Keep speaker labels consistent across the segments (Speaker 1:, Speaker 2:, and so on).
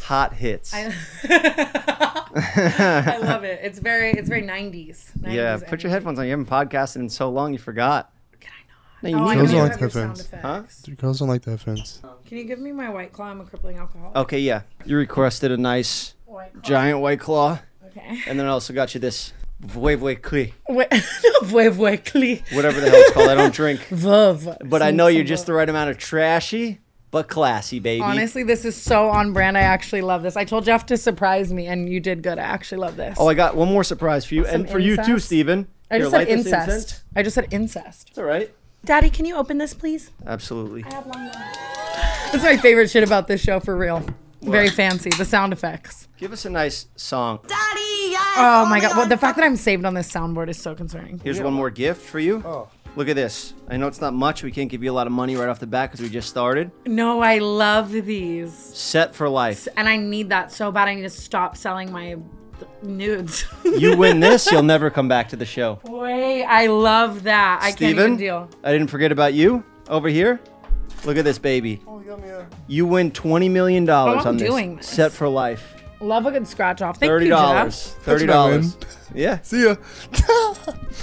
Speaker 1: hot hits.
Speaker 2: I, I love it. It's very it's very 90s. 90s
Speaker 1: yeah, put your headphones on. You haven't podcasted in so long, you forgot.
Speaker 2: Can I
Speaker 1: No, you
Speaker 2: not? oh, I
Speaker 1: need
Speaker 2: know
Speaker 1: Those
Speaker 2: you
Speaker 1: are
Speaker 2: have
Speaker 1: like
Speaker 2: your sound
Speaker 3: headphones.
Speaker 2: effects.
Speaker 3: Girls don't like the headphones.
Speaker 2: Can you give me my white claw? I'm a crippling alcoholic.
Speaker 1: Okay, yeah. You requested a nice
Speaker 2: White Claw.
Speaker 1: giant white claw,
Speaker 2: Okay.
Speaker 1: and then I also got you this Vueve Vueve Cli,
Speaker 2: Wait, Veuve, veuve, cli.
Speaker 1: whatever the hell it's called. I don't drink.
Speaker 2: Veuve.
Speaker 1: But I
Speaker 2: Some-
Speaker 1: know
Speaker 2: some
Speaker 1: you're just the
Speaker 2: veuve.
Speaker 1: right amount of trashy, but classy, baby.
Speaker 2: Honestly, this is so on brand. I actually love this. I told Jeff to surprise me, and you did good. I actually love this.
Speaker 1: Oh, I got one more surprise for you, and for you too,
Speaker 2: incest?
Speaker 1: Steven.
Speaker 2: I
Speaker 1: Here,
Speaker 2: just
Speaker 1: light
Speaker 2: said
Speaker 1: this
Speaker 2: incest.
Speaker 1: incense.
Speaker 2: I just said incest.
Speaker 1: It's all right.
Speaker 2: Daddy, can you open this, please?
Speaker 1: Absolutely.
Speaker 2: That's my favorite shit about this show, for real. Very fancy. The sound effects.
Speaker 1: Give us a nice song.
Speaker 2: Oh my god! Well, the fact that I'm saved on this soundboard is so concerning.
Speaker 1: Here's one more gift for you. Look at this. I know it's not much. We can't give you a lot of money right off the bat because we just started.
Speaker 2: No, I love these,
Speaker 1: Set for life.
Speaker 2: and I need that so bad. I need to stop selling my th- nudes.
Speaker 1: You win this, you'll never come back to the show.
Speaker 2: Wait, I love that. I can't
Speaker 1: Steven,
Speaker 2: even deal.
Speaker 1: I didn't forget about you over here. Look at this baby.
Speaker 3: Oh, you got me a.
Speaker 1: You win $20 million on this.
Speaker 2: doing this.
Speaker 1: Set for life.
Speaker 2: Love a good scratch off. Thank
Speaker 1: $30.
Speaker 2: you, Jeff.
Speaker 1: $30. Yeah,
Speaker 3: See ya.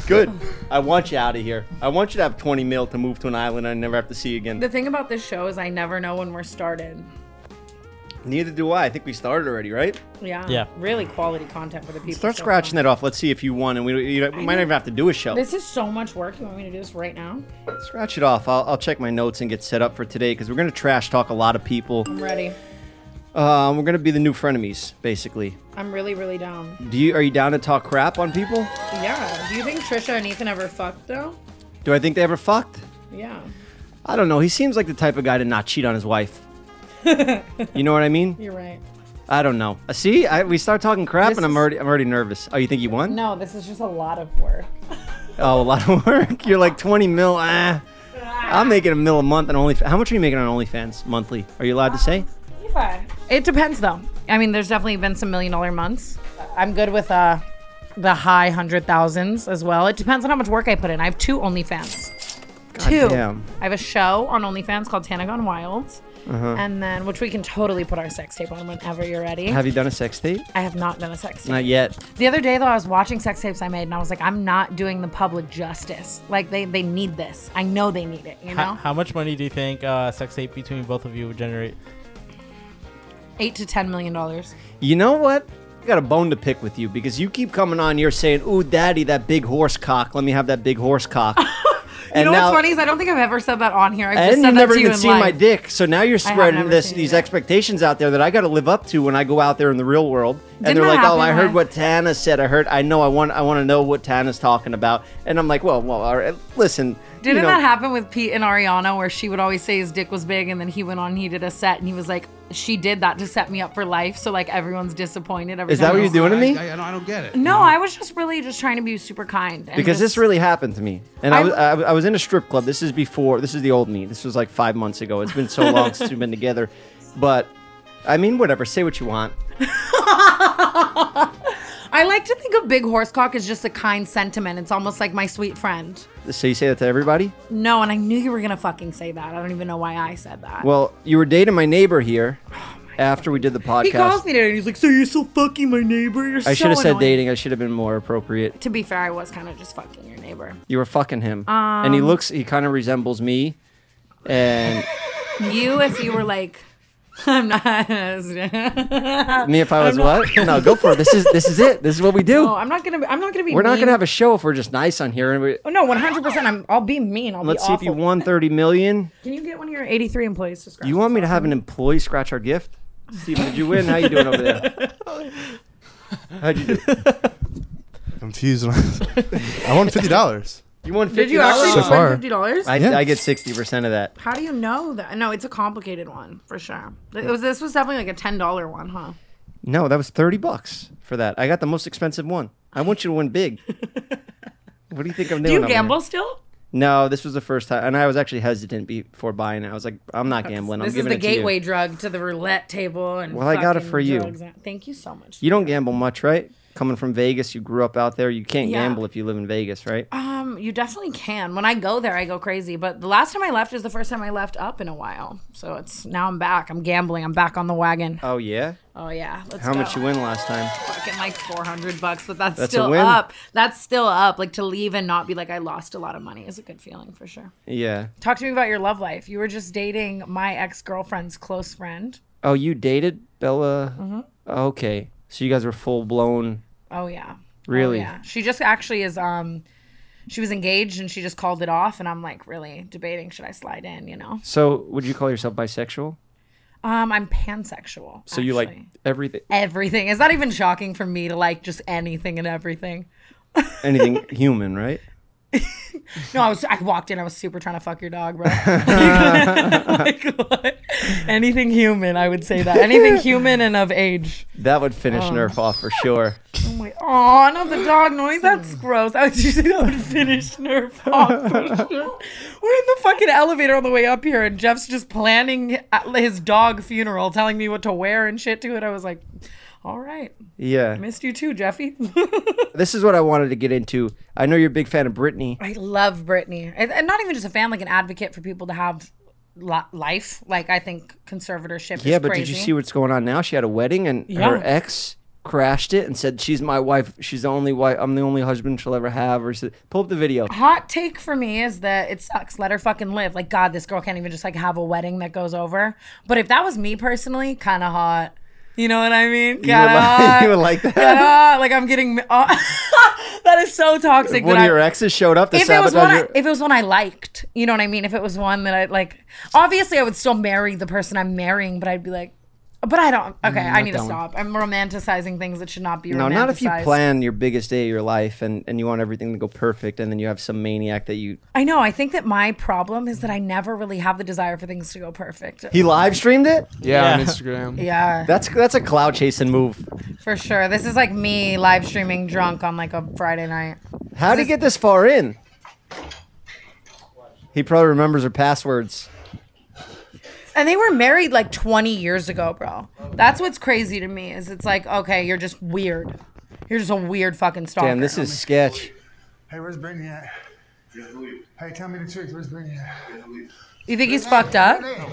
Speaker 1: good. I want you out of here. I want you to have 20 mil to move to an island I never have to see you again.
Speaker 2: The thing about this show is I never know when we're started.
Speaker 1: Neither do I. I think we started already, right?
Speaker 2: Yeah.
Speaker 4: Yeah.
Speaker 2: Really quality content for the people.
Speaker 1: Start
Speaker 2: so
Speaker 1: scratching
Speaker 2: far.
Speaker 1: that off. Let's see if you won, and we, you know, we might not even have to do a show.
Speaker 2: This is so much work. You want me to do this right now?
Speaker 1: Scratch it off. I'll, I'll check my notes and get set up for today because we're going to trash talk a lot of people.
Speaker 2: I'm ready.
Speaker 1: Um, we're going to be the new frenemies, basically.
Speaker 2: I'm really, really down.
Speaker 1: Do you are you down to talk crap on people?
Speaker 2: Yeah. Do you think Trisha and Ethan ever fucked though?
Speaker 1: Do I think they ever fucked?
Speaker 2: Yeah.
Speaker 1: I don't know. He seems like the type of guy to not cheat on his wife. you know what I mean?
Speaker 2: You're right.
Speaker 1: I don't know. Uh, See, I, we start talking crap,
Speaker 2: This
Speaker 1: and I'm
Speaker 2: is-
Speaker 1: already I'm already nervous. Oh, you think you won?
Speaker 2: No, this is just a lot of work.
Speaker 1: Oh, a lot of work. You're like 20 mil. Ah. I'm making a mil a month on OnlyFans. How much are you making on OnlyFans monthly? Are you allowed to say?
Speaker 2: It depends though. I mean, there's definitely been some million dollar months. I'm good with uh the high hundred thousands as well. It depends on how much work I put in. I have two OnlyFans. two.
Speaker 1: damn.
Speaker 2: I have a show on OnlyFans called Tana Gone Wild.
Speaker 1: Uh-huh.
Speaker 2: And then, which we can totally put our sex tape on whenever you're ready.
Speaker 1: Have you done a sex tape?
Speaker 2: I have not done a sex tape.
Speaker 1: Not yet.
Speaker 2: The other day, though, I was watching sex tapes I made, and I was like, I'm not doing the public justice. Like they, they need this. I know they need it. You know,
Speaker 4: How, how much money do you think uh, sex tape between both of you would generate?
Speaker 2: eight to ten million dollars.
Speaker 1: You know what? I got a bone to pick with you because you keep coming on here saying, "Ooh, daddy, that big horse cock. Let me have that big horse cock." and
Speaker 2: You know what's funny is I don't think I've ever said that on here. I've just
Speaker 1: And
Speaker 2: said
Speaker 1: you've
Speaker 2: that
Speaker 1: never
Speaker 2: to you
Speaker 1: even
Speaker 2: in
Speaker 1: seen my
Speaker 2: life.
Speaker 1: dick, so now you're spreading
Speaker 2: never
Speaker 1: this
Speaker 2: seen
Speaker 1: these
Speaker 2: it.
Speaker 1: expectations out there that I got to live up to when I go out there in the real world. and
Speaker 2: Didn't
Speaker 1: they're
Speaker 2: that
Speaker 1: like, "Oh,
Speaker 2: happen
Speaker 1: I heard
Speaker 2: when-
Speaker 1: what Tana said. I heard. I know. I want. I want to know what Tana's talking about." And I'm like, "Well, well, all right, listen."
Speaker 2: Didn't
Speaker 1: you know,
Speaker 2: that happen with Pete and Ariana where she would always say his dick was big and then he went on and he did a set and he was like, She did that to set me up for life. So like everyone's disappointed. Every
Speaker 1: Is
Speaker 2: time
Speaker 1: that what
Speaker 2: I
Speaker 1: you're
Speaker 2: was-
Speaker 1: doing to me?
Speaker 5: I, I, don't, I don't get it.
Speaker 2: No, I was just really just trying to be super kind. And
Speaker 1: because
Speaker 2: just-
Speaker 1: this really happened to me and I
Speaker 2: I'm-
Speaker 1: was, I, I was in a strip club this is before this is the old me this was like five months ago it's been so long since we've been together but i mean whatever say what you want
Speaker 2: I like to think of big horse cock as just a kind sentiment. It's almost like my sweet friend.
Speaker 1: so you say that to everybody
Speaker 2: No, and I knew you were gonna fucking say that. I don't even know why I said that.
Speaker 1: well you were dating my neighbor here after we did the podcast
Speaker 2: Oh he calls me today and he's like, So you're still fucking my neighbor? You're
Speaker 1: i
Speaker 2: so
Speaker 1: should have said
Speaker 2: annoying."
Speaker 1: dating i should have been more appropriate
Speaker 2: To be fair, I was kind of just fucking your neighbor.
Speaker 1: you were fucking him and
Speaker 2: Um,
Speaker 1: he looks he kind of resembles me and
Speaker 2: You, if you were like, I'm not.
Speaker 1: me if i was what no go for it this is this is it this is what we do
Speaker 2: No, Oh, I'm not gonna. be- I'm not gonna be.
Speaker 1: we're not
Speaker 2: mean.
Speaker 1: gonna have a show if we're just nice on here and we,
Speaker 2: Oh, no, 100. percent I'm. I'll be mean. I'll
Speaker 1: let's
Speaker 2: be
Speaker 1: see if you
Speaker 2: awful.
Speaker 1: won 30 million
Speaker 2: Can you get one of your 83 employees to scratch?
Speaker 1: You want me to have an employee scratch our gift? Steven, did you win? How you doing over there? How'd you do?
Speaker 3: Confused. I won fifty dollars.
Speaker 1: You won fifty.
Speaker 2: Did you actually
Speaker 3: So
Speaker 2: win
Speaker 3: far.
Speaker 2: fifty dollars?
Speaker 1: I,
Speaker 3: Yeah.
Speaker 1: I get sixty percent of that.
Speaker 2: How do you know that? No, it's a complicated one for sure. It was. This was definitely like a ten dollar one, huh?
Speaker 1: No, that was thirty bucks for that. I got the most expensive one. I want you to win big. What do you think I'm doing?
Speaker 2: Do you
Speaker 1: over here?
Speaker 2: gamble still?
Speaker 1: No, this was the first time, and I was actually hesitant before buying it. I was like, I'm not gambling. I'm
Speaker 2: this is
Speaker 1: giving
Speaker 2: the
Speaker 1: it to
Speaker 2: gateway
Speaker 1: you.
Speaker 2: drug to the roulette table and.
Speaker 1: Well, I got it
Speaker 2: fucking
Speaker 1: for you.
Speaker 2: drugs. Thank you so much.
Speaker 1: You don't gamble much, right? Coming from Vegas, you grew up out there. You can't
Speaker 2: Yeah.
Speaker 1: gamble if you live in Vegas, right?
Speaker 2: Um, you definitely can. When I go there, I go crazy. But the last time I left is the first time I left up in a while. So it's now I'm back. I'm gambling. I'm back on the wagon.
Speaker 1: Oh yeah.
Speaker 2: Oh yeah, let's
Speaker 1: How
Speaker 2: go.
Speaker 1: much you win last time?
Speaker 2: Fucking like four hundred bucks, but that's,
Speaker 1: That's a
Speaker 2: still
Speaker 1: win.
Speaker 2: up. That's still up. Like to leave and not be like I lost a lot of money is a good feeling for sure.
Speaker 1: Yeah.
Speaker 2: Talk to me about your love life. You were just dating my ex girlfriend's close friend.
Speaker 1: Oh, you dated Bella.
Speaker 2: Mm-hmm.
Speaker 1: Okay, so you guys were full blown.
Speaker 2: Oh yeah.
Speaker 1: Really?
Speaker 2: Oh, yeah. She just actually is um she was engaged and she just called it off and I'm like really debating should I slide in, you know?
Speaker 1: So would you call yourself bisexual?
Speaker 2: Um I'm pansexual.
Speaker 1: So you like
Speaker 2: actually.
Speaker 1: everything,
Speaker 2: everything. Is that even shocking for me to like just anything and everything?
Speaker 1: anything human, right?
Speaker 2: No, I was I walked in, I was super trying to fuck your dog, bro. like, what? Anything human, I would say that. Anything human and of age.
Speaker 1: That would finish
Speaker 2: Um.
Speaker 1: Nerf off for sure.
Speaker 2: I'm like, oh no, the dog noise. That's gross. I was usually that would finish nerve off. for sure. We're in the fucking elevator on the way up here, and Jeff's just planning his dog funeral, telling me what to wear and shit to it. I was like, all right,
Speaker 1: Yeah,
Speaker 2: missed you too, Jeffy.
Speaker 1: this is what I wanted to get into. I know you're a big fan of Britney.
Speaker 2: I love Britney, and, and not even just a fan, like an advocate for people to have li- life. Like I think conservatorship.
Speaker 1: Yeah,
Speaker 2: is
Speaker 1: but
Speaker 2: crazy.
Speaker 1: did you see what's going on now? She had a wedding, and
Speaker 2: Yeah.
Speaker 1: her ex crashed it and said, "She's my wife. She's the only wife. I'm the only husband she'll ever have." Or said, pull up the video.
Speaker 2: Hot take for me is that it sucks. Let her fucking live. Like God, this girl can't even just like have a wedding that goes over. But if that was me personally, kind of hot. You know what I mean?
Speaker 1: You would,
Speaker 2: Kinda
Speaker 1: like,
Speaker 2: hot.
Speaker 1: you would like that.
Speaker 2: Kinda hot. like I'm getting. oh, that is so toxic.
Speaker 1: One
Speaker 2: that
Speaker 1: of
Speaker 2: I-
Speaker 1: your exes showed up to
Speaker 2: if it was
Speaker 1: sabotage
Speaker 2: one, I,
Speaker 1: your.
Speaker 2: if it was one I liked, you know what I mean. If it was one that I like, obviously I would still marry the person I'm marrying, but I'd be like, but I don't. Okay, I need to
Speaker 1: Mm, that one.
Speaker 2: stop. I'm romanticizing things that should not be.
Speaker 1: No,
Speaker 2: romanticized.
Speaker 1: not if you plan your biggest day of your life and, and you want everything to go perfect, and then you have some maniac that you.
Speaker 2: I know. I think that my problem is that I never really have the desire for things to go perfect.
Speaker 1: He live streamed it.
Speaker 4: Yeah.
Speaker 5: Yeah, on Instagram.
Speaker 2: yeah,
Speaker 1: That's that's a cloud chasing move.
Speaker 2: for sure. This is like me live streaming drunk on like a Friday night.
Speaker 1: How did he get this far in? He probably remembers her passwords.
Speaker 2: And they were married like 20 years ago, bro. That's what's crazy to me is it's like, okay, you're just weird. You're just a weird fucking stalker.
Speaker 1: Damn, this is sketch.
Speaker 6: Hey, where's Brittany at? Hey, tell me the truth. Where's Brittany at?
Speaker 2: You think he's fucked up? You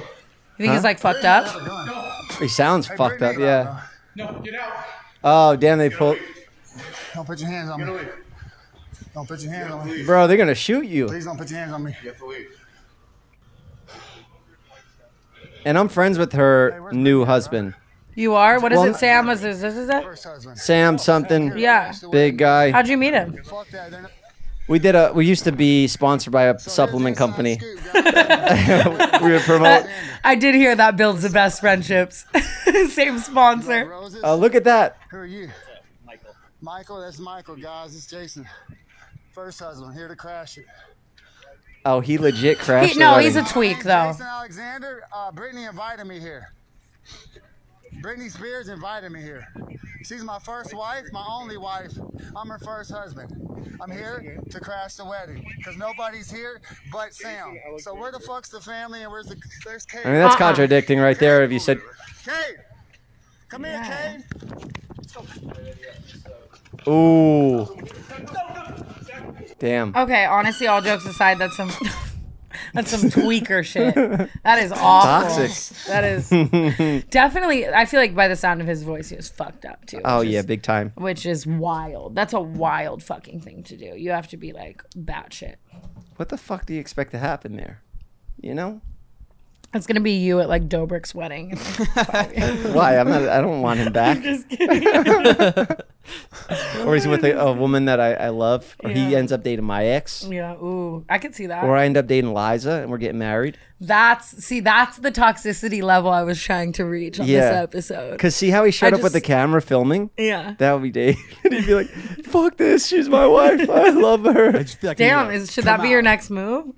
Speaker 2: think he's like fucked up?
Speaker 1: He sounds fucked up.
Speaker 6: Brittany,
Speaker 1: Yeah.
Speaker 7: No, get out.
Speaker 1: Oh damn, they pulled.
Speaker 6: Don't put your hands on me.
Speaker 7: leave.
Speaker 6: Don't put your hands on me.
Speaker 1: Bro, they're gonna shoot you.
Speaker 6: Please don't put your hands on me.
Speaker 7: You have to leave.
Speaker 1: And I'm friends with her new husband,
Speaker 2: You are? What is
Speaker 1: Well,
Speaker 2: it, Sam? Is this, is this it?
Speaker 6: First husband.
Speaker 1: Sam something.
Speaker 2: Yeah.
Speaker 1: Big guy.
Speaker 2: How'd you meet him?
Speaker 6: Fuck that. They're not-
Speaker 1: We did a. We used to be sponsored by a supplement
Speaker 6: Here's the
Speaker 1: company.
Speaker 6: inside scoop, guys.
Speaker 1: we would promote.
Speaker 2: I did hear that builds the best friendships. Same sponsor.
Speaker 6: Roses,
Speaker 1: Oh, look at that.
Speaker 6: who are you? Michael. Michael, that's Michael, guys. It's Jason. First husband, here to crash it.
Speaker 1: Oh, he legit crashed.
Speaker 2: He,
Speaker 1: the
Speaker 2: no,
Speaker 1: wedding.
Speaker 2: he's a tweak though.
Speaker 6: Jason Alexander, uh, Brittany invited me here. Brittany Spears invited me here. She's my first wife, my only wife. I'm her first husband. I'm here to crash the wedding because nobody's here but Sam. So where the fuck's the family and where's the there's Kate?
Speaker 1: I mean, that's
Speaker 2: Uh-uh.
Speaker 1: contradicting right there. If you said,
Speaker 6: Kate, come here, Kate.
Speaker 1: "Ooh, damn,"
Speaker 2: Okay, honestly, all jokes aside, that's some that's some tweaker shit. That is awful.
Speaker 1: Toxic.
Speaker 2: That is definitely. I feel like by the sound of his voice, he was fucked up too.
Speaker 1: oh
Speaker 2: which is-
Speaker 1: yeah, big time.
Speaker 2: Which is wild. That's a wild fucking thing to do. You have to be like batshit.
Speaker 1: What the fuck do you expect to happen there? You know
Speaker 2: It's gonna be you at like Dobrik's wedding.
Speaker 1: why? I'm not. I don't want him back.
Speaker 2: Just kidding.
Speaker 1: Or he's with a, a woman that I, I love, or he
Speaker 2: Yeah.
Speaker 1: ends up dating my ex,
Speaker 2: Yeah. Ooh, I can see that.
Speaker 1: or I end up dating Liza, and we're getting married.
Speaker 2: That's see, that's the toxicity level I was trying to reach on this
Speaker 1: Yeah.
Speaker 2: episode.
Speaker 1: Cause see how he showed
Speaker 2: I
Speaker 1: up with the
Speaker 2: just-
Speaker 1: camera filming.
Speaker 2: Yeah.
Speaker 1: That would be Dave. and he'd be like, "Fuck this, she's my wife. I love her."
Speaker 2: Damn. Is, should that be your next move?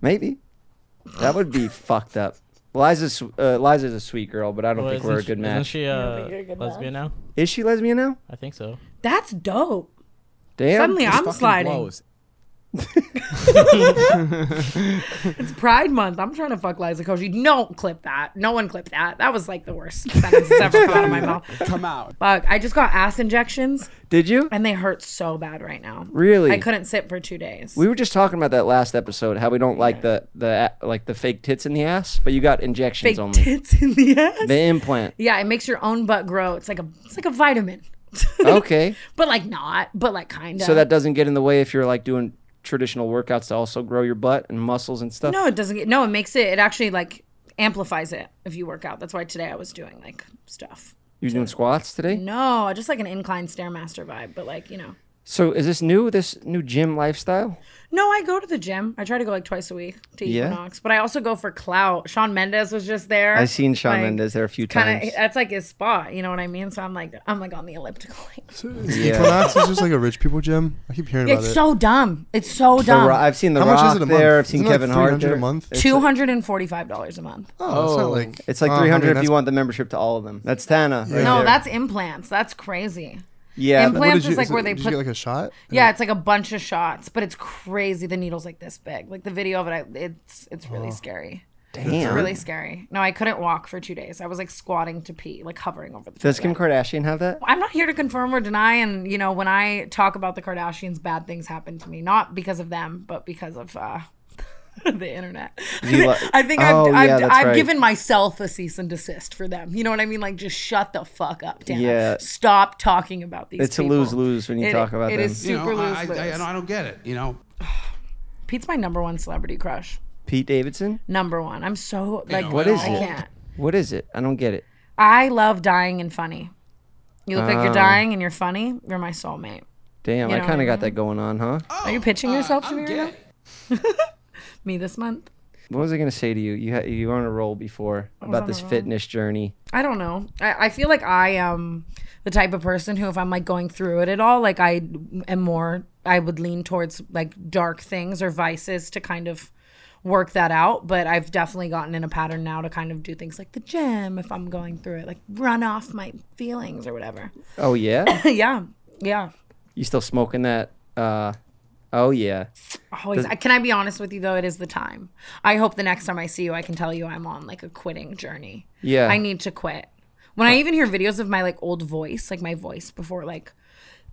Speaker 1: Maybe. That would be fucked up. Liza's uh, Liza's a sweet girl, but I don't think we're a good
Speaker 4: Isn't
Speaker 1: match.
Speaker 4: she uh, lesbian now?
Speaker 1: Is she lesbian now?
Speaker 4: I think so.
Speaker 2: That's dope.
Speaker 1: Damn.
Speaker 2: Suddenly I'm sliding. It's Pride Month. I'm trying to fuck Liza Koshy. Don't clip that. No one clip that. That was like the worst sentence that's ever come out of my mouth.
Speaker 5: Come out.
Speaker 2: Fuck. I just got ass injections
Speaker 1: Did you?
Speaker 2: and they hurt so bad right now.
Speaker 1: Really?
Speaker 2: I couldn't sit for two days.
Speaker 1: We were just talking about that last episode, how we don't like the the a- like the fake tits in the ass, but you got injections
Speaker 2: Big
Speaker 1: only.
Speaker 2: tits in the ass.
Speaker 1: the implant.
Speaker 2: Yeah, it makes your own butt grow. It's like a it's like a vitamin.
Speaker 1: Okay.
Speaker 2: But like not, but like kind of.
Speaker 1: So that doesn't get in the way if you're like doing traditional workouts to also grow your butt and muscles and stuff.
Speaker 2: No, it doesn't get. No, it makes it. It actually like amplifies it if you work out. That's why today I was doing like stuff.
Speaker 1: You doing squats today?
Speaker 2: No, just like an incline stairmaster vibe, but like you know.
Speaker 1: So is this new? This new gym lifestyle?
Speaker 2: No, I go to the gym. I try to go like twice a week to
Speaker 1: Yeah.
Speaker 2: Equinox, but I also go for clout. Sean Mendez was just there.
Speaker 1: I've seen Shawn
Speaker 2: Like,
Speaker 1: Mendes there a few
Speaker 2: Kinda,
Speaker 1: times.
Speaker 2: that's like his spot. You know what I mean? So I'm like, I'm like on the elliptical.
Speaker 3: So is
Speaker 1: Yeah.
Speaker 3: Equinox is just like a rich people gym. I keep hearing about
Speaker 2: it's
Speaker 3: it.
Speaker 2: so dumb. It's so
Speaker 1: The Ro-
Speaker 2: dumb.
Speaker 1: I've seen the
Speaker 3: How
Speaker 1: Rock
Speaker 3: much is it a month?
Speaker 1: there. I've seen
Speaker 3: Isn't it like
Speaker 1: Kevin Hart
Speaker 3: 300
Speaker 1: there.
Speaker 3: a month?
Speaker 1: It's
Speaker 2: Two
Speaker 1: like-
Speaker 2: hundred and forty-five dollars a month.
Speaker 3: Oh, it's
Speaker 5: Oh.
Speaker 3: not like
Speaker 1: It's like
Speaker 3: uh, I
Speaker 1: three hundred
Speaker 3: mean,
Speaker 1: if you
Speaker 3: that's-
Speaker 1: want the membership to all of them. That's Tana. right
Speaker 2: no,
Speaker 1: there.
Speaker 2: that's implants. That's crazy.
Speaker 1: yeah. Implant-
Speaker 2: implant-
Speaker 3: What
Speaker 2: Plants
Speaker 3: did you,
Speaker 2: is like where
Speaker 3: it-
Speaker 2: they
Speaker 3: did
Speaker 2: put-
Speaker 3: you get like a shot?
Speaker 2: Yeah, it's like a bunch of shots, but it's crazy. The needle's like this big. Like the video of it, I, it's it's
Speaker 1: Oh.
Speaker 2: really scary.
Speaker 1: Damn.
Speaker 2: Really scary. No, I couldn't walk for two days. I was like squatting to pee, like hovering over the.
Speaker 1: Does Kim
Speaker 2: toilet.
Speaker 1: Kardashian have that?
Speaker 2: I'm not here to confirm or deny, and you know when I talk about the Kardashians, bad things happen to me, not because of them, but because of uh, the internet.
Speaker 1: You lo-
Speaker 2: I think
Speaker 1: Oh,
Speaker 2: I've,
Speaker 1: yeah,
Speaker 2: I've,
Speaker 1: that's
Speaker 2: I've
Speaker 1: right.
Speaker 2: given myself a cease and desist for them. You know what I mean? Like just shut the fuck up, Dan.
Speaker 1: Yeah.
Speaker 2: Stop talking about these.
Speaker 1: It's a
Speaker 2: people.
Speaker 1: lose-lose when you
Speaker 2: It-
Speaker 1: talk about
Speaker 2: It
Speaker 1: them.
Speaker 2: is
Speaker 5: You
Speaker 2: super
Speaker 5: know, I, I, I,
Speaker 2: lose-lose.
Speaker 5: don't, I don't get it. You know,
Speaker 2: Pete's my number one celebrity crush.
Speaker 1: Pete Davidson?
Speaker 2: Number one. I'm so like.
Speaker 5: know,
Speaker 1: What is
Speaker 2: I
Speaker 1: it?
Speaker 2: can't.
Speaker 1: What is it? I don't get it.
Speaker 2: I love dying and funny. You look like
Speaker 1: Oh.
Speaker 2: you're dying and you're funny. You're my soulmate.
Speaker 1: Damn,
Speaker 2: You
Speaker 1: I
Speaker 2: know
Speaker 1: kind
Speaker 2: what I
Speaker 1: of got that going on, huh?
Speaker 2: Are you pitching yourself to
Speaker 5: Oh, uh, I'm
Speaker 2: me right now?
Speaker 5: gay.
Speaker 2: Me this month?
Speaker 1: What was I gonna say to you? You had you were on a roll before about
Speaker 2: on
Speaker 1: this
Speaker 2: a roll.
Speaker 1: fitness journey.
Speaker 2: I don't know. I, I feel like I am the type of person who, if I'm like going through it at all, like I am more, I would lean towards like dark things or vices to kind of work that out. But I've definitely gotten in a pattern now to kind of do things like the gym if I'm going through it, like run off my feelings or whatever.
Speaker 1: Oh yeah,
Speaker 2: yeah. Yeah.
Speaker 1: you still smoking that? Uh, oh yeah.
Speaker 2: Always. Can I be honest with you though? It is the time. I hope the next time I see you, I can tell you I'm on like a quitting journey.
Speaker 1: Yeah. Uh,
Speaker 2: I need to quit. When I even hear videos of my like old voice, like my voice before like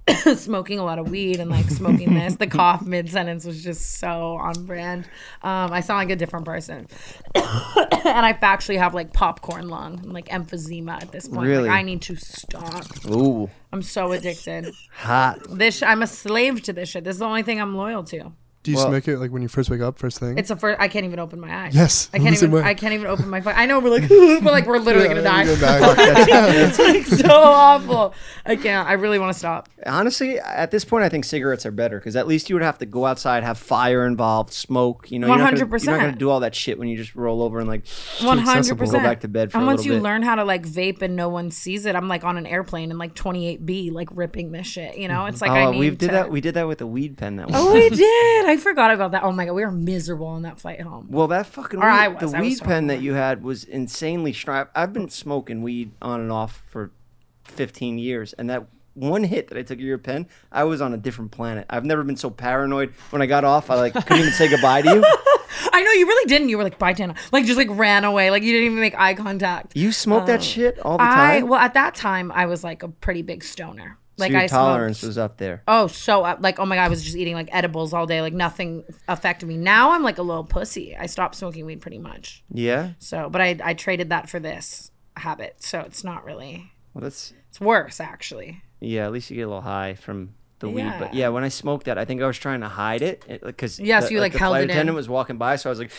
Speaker 2: smoking a lot of weed and like smoking this, the cough mid sentence was just so on brand. Um, I sound like a different person, and I actually have like popcorn lung, and, like emphysema at this point.
Speaker 1: Really?
Speaker 2: Like, I need to stop.
Speaker 1: Ooh,
Speaker 2: I'm so addicted.
Speaker 1: hot.
Speaker 2: This sh- I'm a slave to this shit. This is the only thing I'm loyal to.
Speaker 3: Do you
Speaker 1: Well-
Speaker 3: smoke it like when you first wake up, first thing?
Speaker 2: It's a first. I can't even open my eyes.
Speaker 3: Yes,
Speaker 2: I
Speaker 3: I'm
Speaker 2: can't
Speaker 3: the same
Speaker 2: even.
Speaker 3: way.
Speaker 2: I can't even open my. fu- I know we're like, but like we're literally
Speaker 3: Yeah,
Speaker 2: gonna die.
Speaker 3: you go back.
Speaker 2: it's like so awful. I can't. I really want to stop.
Speaker 1: Honestly, at this point, I think cigarettes are better because at least you would have to go outside, have fire involved, smoke. You know, you're not gonna- You're not
Speaker 2: 100%.
Speaker 1: gonna do all that shit when you just roll over and like.
Speaker 2: One hundred
Speaker 3: accessible.
Speaker 2: percent.
Speaker 1: Go back to bed for
Speaker 2: And
Speaker 1: a
Speaker 2: once
Speaker 1: little
Speaker 2: you
Speaker 1: bit.
Speaker 2: learn how to like vape and no one sees it, I'm like on an airplane and like 28B, like ripping this shit. You know, it's like I
Speaker 1: Oh,
Speaker 2: need
Speaker 1: we did
Speaker 2: to-
Speaker 1: that. We did that with a weed pen. That one.
Speaker 2: Oh, we did. I forgot about that. Oh my god, we were miserable on that flight home.
Speaker 1: Well, that fucking
Speaker 2: Or
Speaker 1: weed,
Speaker 2: I was,
Speaker 1: the
Speaker 2: I was
Speaker 1: weed
Speaker 2: smoking
Speaker 1: pen that you had was insanely strong. I've been smoking weed on and off for 15 years, and that one hit that I took of your pen, I was on a different planet. I've never been so paranoid. When I got off, I like couldn't even say goodbye to you.
Speaker 2: I know you really didn't. You were like, bye, Tana. Like just like ran away. Like you didn't even make eye contact.
Speaker 1: You smoked that shit all the
Speaker 2: Oh. I
Speaker 1: time.
Speaker 2: well at that time I was like a pretty big stoner.
Speaker 1: so
Speaker 2: Like
Speaker 1: your
Speaker 2: I
Speaker 1: tolerance
Speaker 2: smoked.
Speaker 1: was up there.
Speaker 2: Oh, so uh, like oh my god, I was just eating like edibles all day. Like nothing affected me. Now I'm like a little pussy. I stopped smoking weed pretty much.
Speaker 1: Yeah.
Speaker 2: So, but I I traded that for this habit. So it's not really.
Speaker 1: Well, that's
Speaker 2: It's worse actually.
Speaker 1: yeah. At least you get a little high from. The weed, but
Speaker 2: Yeah.
Speaker 1: yeah, when I smoked that, I think I was trying to hide it because
Speaker 2: Yeah, so you, like,
Speaker 1: the
Speaker 2: held
Speaker 1: flight
Speaker 2: it in.
Speaker 1: attendant was walking by, so I was like,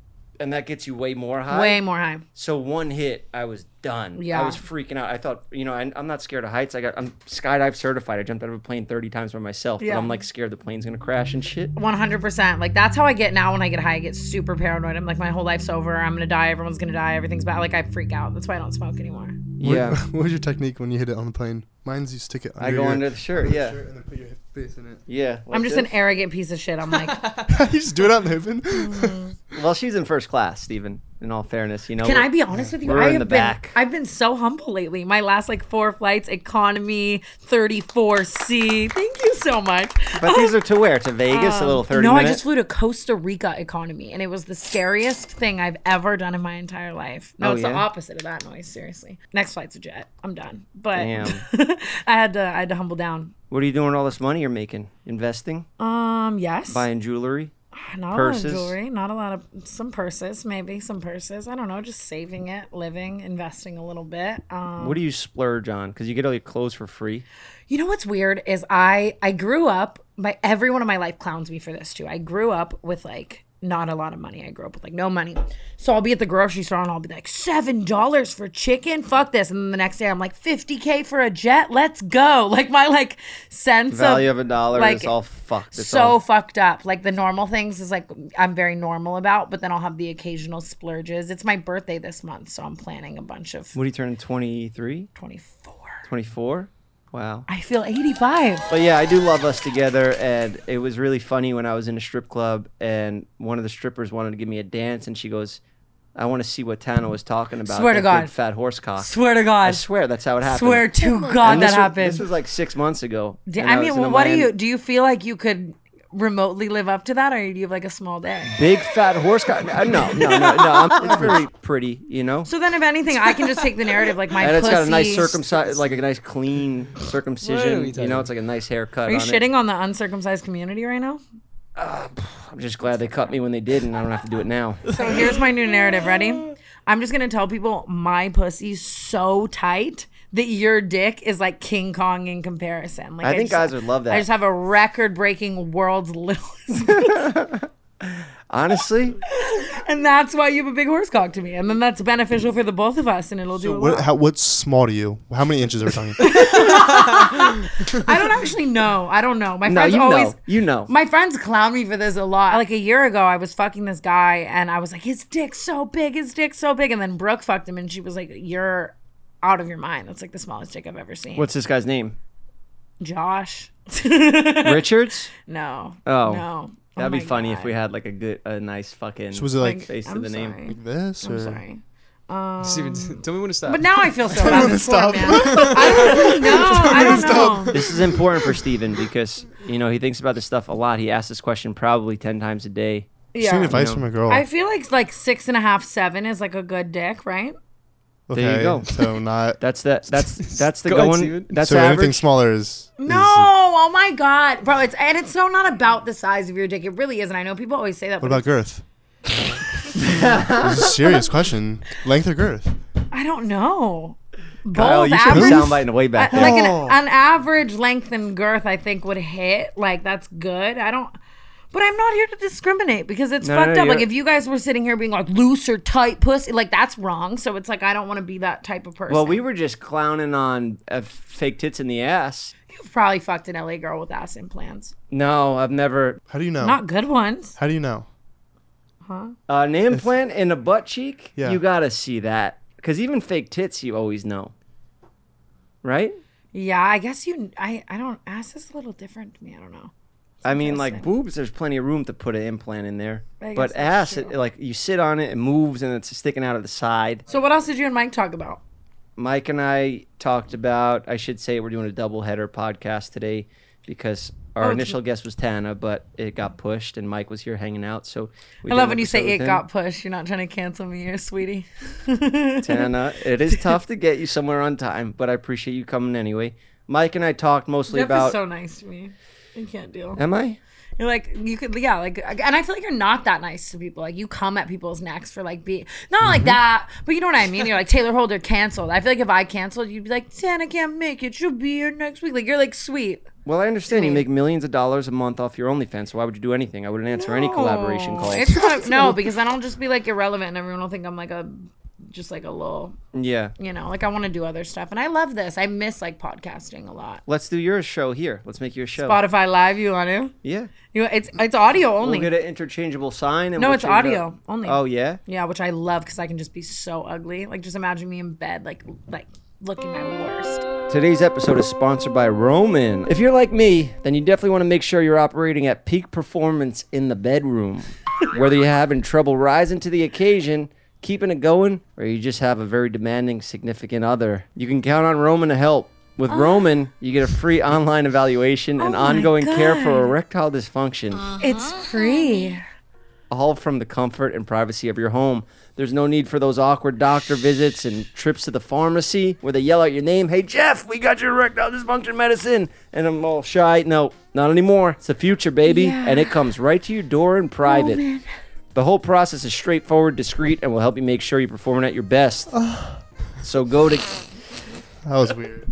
Speaker 1: and that gets you way more high.
Speaker 2: Way more high.
Speaker 1: So one hit, I was done.
Speaker 2: Yeah.
Speaker 1: I was freaking out. I thought, you know, I, I'm not scared of heights. I got, I'm skydive certified. I jumped out of a plane 30 times by myself,
Speaker 2: Yeah.
Speaker 1: but I'm like scared the plane's gonna crash and shit.
Speaker 2: One hundred percent. Like that's how I get now. When I get high, I get super paranoid. I'm like, my whole life's over. I'm gonna die. Everyone's gonna die. Everything's bad. Like I freak out. That's why I don't smoke anymore.
Speaker 1: Yeah,
Speaker 3: what was your technique when you hit it on the plane? Mine's you stick it. Under
Speaker 1: I go
Speaker 3: your,
Speaker 1: under the shirt. Yeah,
Speaker 3: shirt and then put your face in it.
Speaker 1: yeah.
Speaker 2: I'm
Speaker 1: like
Speaker 2: just
Speaker 1: this.
Speaker 2: an arrogant piece of shit. I'm like,
Speaker 3: you just do it out in the open.
Speaker 1: well, she's in first class, Steven. In all fairness, you know.
Speaker 2: Can
Speaker 1: we're-
Speaker 2: I be honest with you?
Speaker 1: We're
Speaker 2: I
Speaker 1: in
Speaker 2: have
Speaker 1: the
Speaker 2: been
Speaker 1: back.
Speaker 2: I've been so humble lately. My last like four flights, economy, 34C. Thank you so much.
Speaker 1: But these are to where? To Vegas? a little thirty
Speaker 2: Um, no,
Speaker 1: minute?
Speaker 2: I just flew to Costa Rica economy, and it was the scariest thing I've ever done in my entire life. No,
Speaker 1: Oh,
Speaker 2: it's the
Speaker 1: yeah?
Speaker 2: opposite of that noise. Seriously, next flight's a jet. I'm done. But
Speaker 1: Damn.
Speaker 2: I had to, I had to humble down.
Speaker 1: What are you doing with all this money you're making? Investing?
Speaker 2: Um, yes,
Speaker 1: Buying jewelry?
Speaker 2: not
Speaker 1: purses.
Speaker 2: a lot of jewelry, not a lot of some purses, maybe some purses. I don't know, just saving it, living, investing a little bit. Um,
Speaker 1: What do you splurge on? Because you get all your clothes for free.
Speaker 2: You know what's weird is I I grew up my everyone in my life clowns me for this too. I grew up with like not a lot of money. I grew up with like no money. So I'll be at the grocery store and I'll be like seven dollars for chicken. Fuck this. And then the next day I'm like fifty k for a jet. Let's go. Like my like sense
Speaker 1: Value
Speaker 2: of
Speaker 1: of a dollar
Speaker 2: like,
Speaker 1: is all fucked. It's
Speaker 2: so
Speaker 1: all-
Speaker 2: fucked up. Like the normal things is like I'm very normal about, but then I'll have the occasional splurges. It's my birthday this month, so I'm planning a bunch of
Speaker 1: what are you turning? 23?
Speaker 2: twenty four.
Speaker 1: 24? Wow.
Speaker 2: I feel eighty five.
Speaker 1: But yeah, I do love us together, and it was really funny when I was in a strip club, and one of the strippers wanted to give me a dance, and she goes, "I want to see what Tana was talking about."
Speaker 2: Swear to
Speaker 1: that big
Speaker 2: God.
Speaker 1: fat horse cock.
Speaker 2: Swear to
Speaker 1: I
Speaker 2: God.
Speaker 1: swear that's how it happened.
Speaker 2: Swear to
Speaker 1: And
Speaker 2: God
Speaker 1: this
Speaker 2: that
Speaker 1: was-
Speaker 2: happened.
Speaker 1: This was like six months ago.
Speaker 2: D-
Speaker 1: and
Speaker 2: I
Speaker 1: was
Speaker 2: mean,
Speaker 1: in a
Speaker 2: what do
Speaker 1: Miami-
Speaker 2: you do? You feel like you could remotely live up to that, or do you have like a small day?
Speaker 1: Big fat horse cock? No, no, no, no. I'm, it's really pretty, you know.
Speaker 2: So then, if anything, I can just take the narrative. Like my
Speaker 1: and it's
Speaker 2: pussy.
Speaker 1: got a nice circumcised, like a nice clean circumcision. You know, it's like a nice haircut.
Speaker 2: Are you
Speaker 1: on
Speaker 2: shitting
Speaker 1: It.
Speaker 2: on the uncircumcised community right now?
Speaker 1: I'm just glad they cut me when they did, and I don't have to do it now.
Speaker 2: So here's my new narrative. Ready? I'm just gonna tell people my pussy's so tight that your dick is like King Kong in comparison. Like
Speaker 1: I think
Speaker 2: just-
Speaker 1: guys would love that.
Speaker 2: I just have a record-breaking world's littlest,
Speaker 1: Honestly,
Speaker 2: and that's why you have a big horse cock to me, and then that's beneficial for the both of us, and it'll do. a lot.
Speaker 3: What, how, what's small to you? How many inches are we talking?
Speaker 2: I don't actually know. I don't know. My
Speaker 1: no,
Speaker 2: friends
Speaker 1: you
Speaker 2: always.
Speaker 1: know, you know.
Speaker 2: My friends clown me for this a lot. Like a year ago, I was fucking this guy and I was like, his dick's so big, his dick's so big. And then Brooke fucked him and she was like, you're out of your mind. That's like the smallest dick I've ever seen.
Speaker 1: What's this guy's name?
Speaker 2: Josh?
Speaker 1: Richards?
Speaker 2: no.
Speaker 1: Oh.
Speaker 2: No.
Speaker 1: That'd be funny if we
Speaker 2: had.
Speaker 1: had like a good, a nice fucking.
Speaker 3: was it like
Speaker 1: face to
Speaker 2: I'm
Speaker 1: the
Speaker 2: sorry.
Speaker 1: name?
Speaker 3: this? Or?
Speaker 2: I'm sorry.
Speaker 5: Steven, tell me when to stop.
Speaker 2: Um, But now I feel so bad. This poor
Speaker 3: stop.
Speaker 2: man. I don't know. I don't know.
Speaker 1: this is important for Steven because you know he thinks about this stuff a lot. He asks this question probably ten times a day.
Speaker 3: Just need
Speaker 2: Yeah.
Speaker 3: advice from a girl.
Speaker 2: I feel like like six and a half, seven is like a good dick, right?
Speaker 3: okay,
Speaker 1: you go.
Speaker 3: So not.
Speaker 1: That's that. That's that's the
Speaker 5: Go ahead,
Speaker 1: going.
Speaker 5: Steven.
Speaker 1: That's
Speaker 3: so anything
Speaker 1: average.
Speaker 3: smaller is.
Speaker 2: No, oh my god, bro! It's and it's so not about the size of your dick. It really isn't. I know people always say that.
Speaker 3: What
Speaker 2: but
Speaker 3: about girth? this is a serious question. Length or girth?
Speaker 2: I don't know. Both
Speaker 1: Kyle, you should have a
Speaker 2: average,
Speaker 1: soundbite in the way back.
Speaker 2: uh,
Speaker 1: there.
Speaker 2: like an,
Speaker 3: Oh.
Speaker 2: an average length and girth, I think would hit. Like that's good. I don't. But I'm not here to discriminate because it's
Speaker 1: No, no,
Speaker 2: fucked
Speaker 1: no,
Speaker 2: up. Like
Speaker 1: you're-
Speaker 2: if you guys were sitting here being like loose or tight pussy, like that's wrong. So it's like I don't want to be that type of person.
Speaker 1: well, we were just clowning on uh, fake tits in the ass.
Speaker 2: You've probably fucked an LA girl with ass implants.
Speaker 1: No, I've never.
Speaker 3: How do you know?
Speaker 2: Not good ones.
Speaker 3: How do you know?
Speaker 1: Uh, an implant in a butt cheek.
Speaker 3: Yeah.
Speaker 1: You gotta see that because even fake tits, you always know. Right.
Speaker 2: Yeah, I guess you. I I don't. Ass is a little different to me. I don't know.
Speaker 1: I mean, like
Speaker 2: Interesting.
Speaker 1: boobs, there's plenty of room to put an implant in there.
Speaker 2: I
Speaker 1: But
Speaker 2: guess that's
Speaker 1: ass,
Speaker 2: true.
Speaker 1: it, like you sit on it, it moves, and it's sticking out of the side.
Speaker 2: So what else did you and Mike talk about?
Speaker 1: Mike and I talked about. I should say we're doing a double header podcast today because our
Speaker 2: Oh, it's-
Speaker 1: initial guest was Tana, but it got pushed, and Mike was here hanging out. So we
Speaker 2: I
Speaker 1: did
Speaker 2: love
Speaker 1: an
Speaker 2: when you say
Speaker 1: episode
Speaker 2: it
Speaker 1: with him.
Speaker 2: got pushed. You're not trying to cancel me, you're a sweetie.
Speaker 1: Tana, it is tough to get you somewhere on time, but I appreciate you coming anyway. Mike and I talked mostly
Speaker 2: Jeff
Speaker 1: about.
Speaker 2: is so nice to me. I can't deal.
Speaker 1: Am I?
Speaker 2: You're like you could, yeah, like, and I feel like you're not that nice to people. Like you come at people's necks for like being not
Speaker 1: Mm-hmm.
Speaker 2: like that, but you know what I mean. You're like Taylor Holder canceled. I feel like if I canceled, you'd be like Tana can't make it. She'll be here next week. Like you're like sweet.
Speaker 1: Well, I understand you
Speaker 2: me.
Speaker 1: make millions of dollars a month off your OnlyFans, so why would you do anything? I wouldn't answer any collaboration
Speaker 2: No,
Speaker 1: calls.
Speaker 2: Oh. It's not, no, because then I'll just be like irrelevant, and everyone will think I'm like a just like a little,
Speaker 1: yeah.
Speaker 2: you know, like I want to do other stuff. And I love this. I miss like podcasting a lot.
Speaker 1: Let's do your show here. Let's make you a show.
Speaker 2: Spotify Live, you want to?
Speaker 1: Yeah.
Speaker 2: You it's it's audio only.
Speaker 1: Oh. We'll get an interchangeable sign. And
Speaker 2: no,
Speaker 1: we'll
Speaker 2: it's
Speaker 1: change it
Speaker 2: audio
Speaker 1: up.
Speaker 2: only.
Speaker 1: Oh, yeah?
Speaker 2: yeah, which I love because I can just be so ugly. Like just imagine me in bed, like like looking my worst.
Speaker 1: Today's episode is sponsored by Roman. If you're like me, then you definitely want to make sure you're operating at peak performance in the bedroom. Whether you're having trouble rising to the occasion, keeping it going or you just have a very demanding significant other, you can count on Roman to help. With Roman, you get a free online evaluation and
Speaker 2: Ah. Oh my
Speaker 1: ongoing care for
Speaker 2: God.
Speaker 1: erectile dysfunction,
Speaker 2: It's free.
Speaker 1: all from the comfort and privacy of your home. There's no need for those awkward doctor visits and trips to the pharmacy where they yell out your name, "Hey Jeff, we got your erectile dysfunction medicine," and I'm all shy. No, not anymore. It's the future, baby,
Speaker 2: Yeah.
Speaker 1: and it comes right to your door in private.
Speaker 2: Roman.
Speaker 1: The whole process is straightforward, discreet, and will help you make sure you're performing at your best. so go to
Speaker 3: That was weird.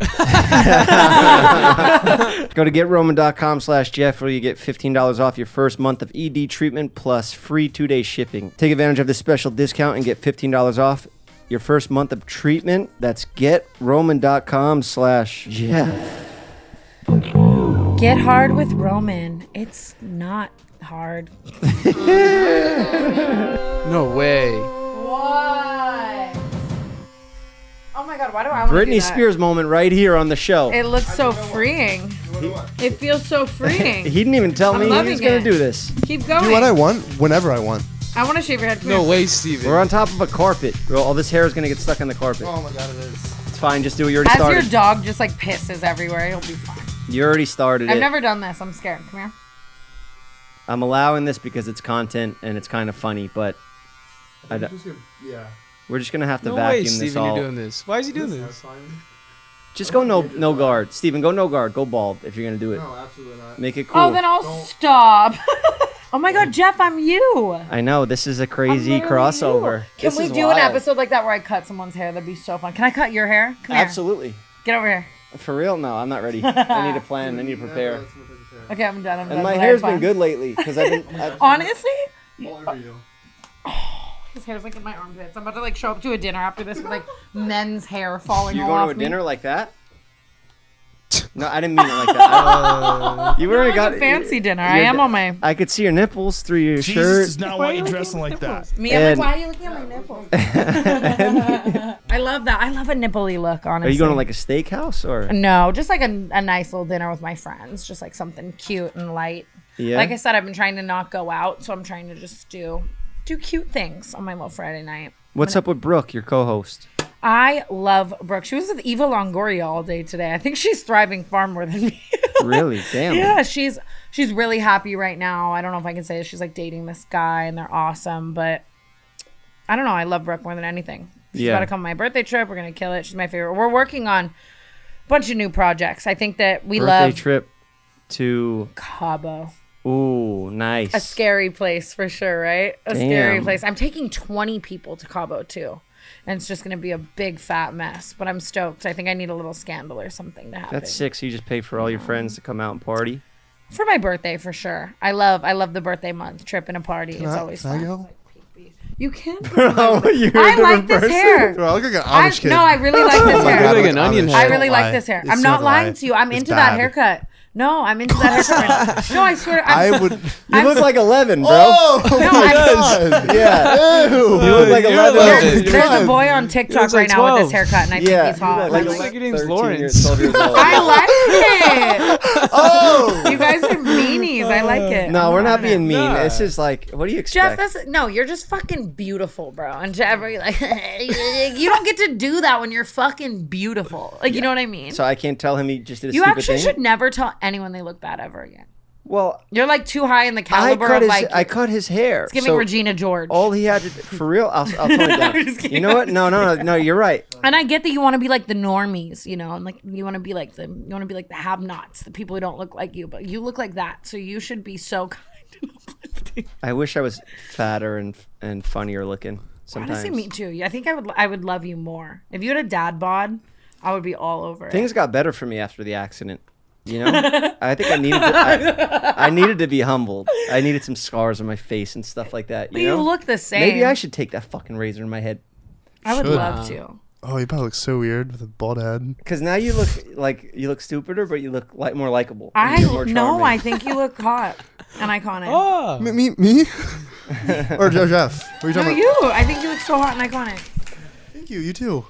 Speaker 1: go to getroman.com slash Jeff where you get $15 off your first month of ED treatment plus free two-day shipping. Take advantage of this special discount and get $15 off your first month of treatment. That's getroman.com slash Jeff.
Speaker 2: Get hard with Roman. It's not hard.
Speaker 5: No way.
Speaker 2: What? Oh my god, why do I want
Speaker 1: Britney Spears moment right here on the show.
Speaker 2: It looks so freeing. It feels so freeing.
Speaker 1: he didn't even tell me he
Speaker 2: loving
Speaker 1: was going
Speaker 2: it.
Speaker 1: to do this.
Speaker 2: Keep going.
Speaker 3: Do what I want whenever I want.
Speaker 2: I want to shave your head.
Speaker 5: No way, Steven.
Speaker 1: We're on top of a carpet. Well, all this hair is going to get stuck on the carpet.
Speaker 3: Oh my god, it is.
Speaker 1: It's fine. Just do what you already
Speaker 2: As
Speaker 1: started.
Speaker 2: your dog just like pisses everywhere, you'll be fine.
Speaker 1: you already started
Speaker 2: I've
Speaker 1: it.
Speaker 2: never done this. I'm scared. Come here.
Speaker 1: I'm allowing this because it's content and it's kind of funny, but I don't-
Speaker 3: Yeah.
Speaker 1: we're just gonna have to
Speaker 5: No way,
Speaker 1: vacuum this
Speaker 5: Steven,
Speaker 1: all.
Speaker 5: you're doing this. Why is he doing this?
Speaker 1: Just go no no guard, Steven, Go no guard. Go bald if you're gonna do it.
Speaker 3: absolutely not.
Speaker 1: Make it cool.
Speaker 2: Oh, then I'll stop. oh my god, Jeff, I'm you.
Speaker 1: I know this is a
Speaker 2: I'm
Speaker 1: crazy
Speaker 2: literally
Speaker 1: crossover.
Speaker 2: you. Can
Speaker 1: This
Speaker 2: we
Speaker 1: is
Speaker 2: do
Speaker 1: wild.
Speaker 2: an episode like that where I cut someone's hair? That'd be so fun. Can I cut your hair? Come here.
Speaker 1: Absolutely.
Speaker 2: Get over here.
Speaker 1: For real? No, I'm not ready. I need to plan. I need to prepare.
Speaker 2: Okay, I'm done. I'm done.
Speaker 1: And my
Speaker 2: I had
Speaker 1: hair's
Speaker 2: fun.
Speaker 1: been good lately because I've been. I've,
Speaker 2: Honestly,
Speaker 3: All over you.
Speaker 2: his hair's like in my armpits. I'm about to like show up to a dinner after this with like men's hair falling
Speaker 1: you
Speaker 2: all
Speaker 1: going
Speaker 2: off
Speaker 1: to a
Speaker 2: me.
Speaker 1: dinner like that? No, I didn't mean it like that. I- you already
Speaker 2: Like
Speaker 1: got
Speaker 2: a fancy dinner. I
Speaker 1: you're
Speaker 2: am
Speaker 1: d-
Speaker 2: on my.
Speaker 1: I could see your nipples through your
Speaker 7: Jesus
Speaker 1: shirt.
Speaker 7: is not why you're dressing like that.
Speaker 2: Me, I'm
Speaker 1: And-
Speaker 2: like, why are you looking at my nipples? I love that. I love a nipply look. Honestly,
Speaker 1: Are you going to like a steakhouse or?
Speaker 2: No, just like a, a nice little dinner with my friends. Just like something cute and light.
Speaker 1: Yeah.
Speaker 2: Like I said, I've been trying to not go out, so I'm trying to just do do cute things on my little Friday night.
Speaker 1: What's up with Brooke, your co-host?
Speaker 2: I love Brooke. She was with Eva Longoria all day today. I think she's thriving far more than me.
Speaker 1: Really? Damn.
Speaker 2: yeah, she's she's really happy right now. I don't know if I can say this. She's like dating this guy and they're awesome, but I don't know. I love Brooke more than anything. She's
Speaker 1: Yeah.
Speaker 2: about to come on my birthday trip. We're gonna kill it. She's my favorite. We're working on a bunch of new projects. I think that we
Speaker 1: Birthday
Speaker 2: love
Speaker 1: trip to
Speaker 2: Cabo.
Speaker 1: ooh, nice.
Speaker 2: A scary place for sure, right? A scary
Speaker 1: Damn.
Speaker 2: place. I'm taking 20 people to Cabo too. And it's just going to be a big fat mess, but I'm stoked. I think I need a little scandal or something to happen.
Speaker 1: That's sick. So you just pay for all your friends to come out and party.
Speaker 2: for my birthday for sure. I love I love the birthday month trip and a party. it's always
Speaker 3: can I
Speaker 2: fun.
Speaker 3: go?
Speaker 2: You can.
Speaker 1: Oh, you're
Speaker 2: I like this hair.
Speaker 3: Bro, I look like an
Speaker 2: I,
Speaker 3: Amish kid. Oh
Speaker 2: no, I really like this
Speaker 5: You're
Speaker 2: hair.
Speaker 5: like an onion
Speaker 3: Amish.
Speaker 5: head.
Speaker 2: I really
Speaker 3: Don't
Speaker 2: like
Speaker 3: lie.
Speaker 2: this hair.
Speaker 3: It's
Speaker 2: I'm not
Speaker 3: a
Speaker 2: lying
Speaker 3: lie.
Speaker 2: to you. I'm
Speaker 3: It's
Speaker 2: into
Speaker 3: bad.
Speaker 2: that haircut. No, I'm into that haircut. right now. No, I swear. I'm,
Speaker 3: I would.
Speaker 1: You look like eleven, bro.
Speaker 3: Oh
Speaker 2: I-
Speaker 3: my god!
Speaker 1: Yeah.
Speaker 3: Ew. You
Speaker 1: look like
Speaker 5: You're
Speaker 1: eleven.
Speaker 5: eleven.
Speaker 2: there's,
Speaker 3: God.
Speaker 2: there's a boy on TikTok
Speaker 5: looks like
Speaker 2: right now with this
Speaker 5: 12.
Speaker 2: haircut, and I
Speaker 1: Yeah.
Speaker 2: think he's hot.
Speaker 5: like
Speaker 2: I'm like,
Speaker 5: like your name's
Speaker 1: 13
Speaker 5: Lawrence.
Speaker 1: years- 12 years old.
Speaker 2: I like it.
Speaker 3: Oh.
Speaker 2: You guys are meanies. I like it.
Speaker 1: no,
Speaker 2: I'm
Speaker 1: we're not
Speaker 2: on it.
Speaker 1: being mean.
Speaker 5: Nah.
Speaker 1: It's just like, what do you
Speaker 2: Jeff,
Speaker 1: expect?
Speaker 2: that's no. You're just fucking beautiful, bro. And to every like, you don't get to do that when you're fucking beautiful. Like, you know what I mean?
Speaker 1: so I can't tell him he just did a
Speaker 2: you
Speaker 1: stupid
Speaker 2: actually
Speaker 1: thing.
Speaker 2: should never tell anyone they look bad ever again.
Speaker 1: well,
Speaker 2: You're like too high in the
Speaker 1: I
Speaker 2: caliber
Speaker 1: cut
Speaker 2: of
Speaker 1: his.
Speaker 2: like
Speaker 1: I cut his hair.
Speaker 2: giving
Speaker 1: so
Speaker 2: Regina George.
Speaker 1: all he had to for real. I'll, I'll tone it
Speaker 2: I'm just
Speaker 1: down.
Speaker 2: kidding.
Speaker 1: you know what? No, no, no, no. You're right.
Speaker 2: and I get that you want to be like the normies, you know, and like you want to be like the you want to be like the have-nots, the people who don't look like you, but you look like that, so you should be so kind and uplifting.
Speaker 1: I wish I was fatter and and funnier looking. Sometimes
Speaker 2: Honestly, me too. Yeah, I think I would I would love you more if you had a dad bod. I would be all over it.
Speaker 1: things got better for me after the accident. You know, I think I needed to, I, I needed to be humbled. I needed some scars on my face and stuff like that. You,
Speaker 2: You
Speaker 1: know?
Speaker 2: look the same.
Speaker 1: Maybe I should take that fucking razor in my head
Speaker 2: I would
Speaker 3: Should.
Speaker 2: love to.
Speaker 3: Oh, you probably look so weird with a bald head.
Speaker 1: because now you look like you look stupider, but you look like more likable. and
Speaker 2: I
Speaker 1: you're more
Speaker 2: no.
Speaker 1: charming. Oh.
Speaker 2: I think you look hot and iconic.
Speaker 5: Ah.
Speaker 3: Me, me, me? or Jeff? Jeff? What are you
Speaker 2: no,
Speaker 3: talking
Speaker 2: you. I think you look so hot and iconic.
Speaker 3: about? Thank you. You too.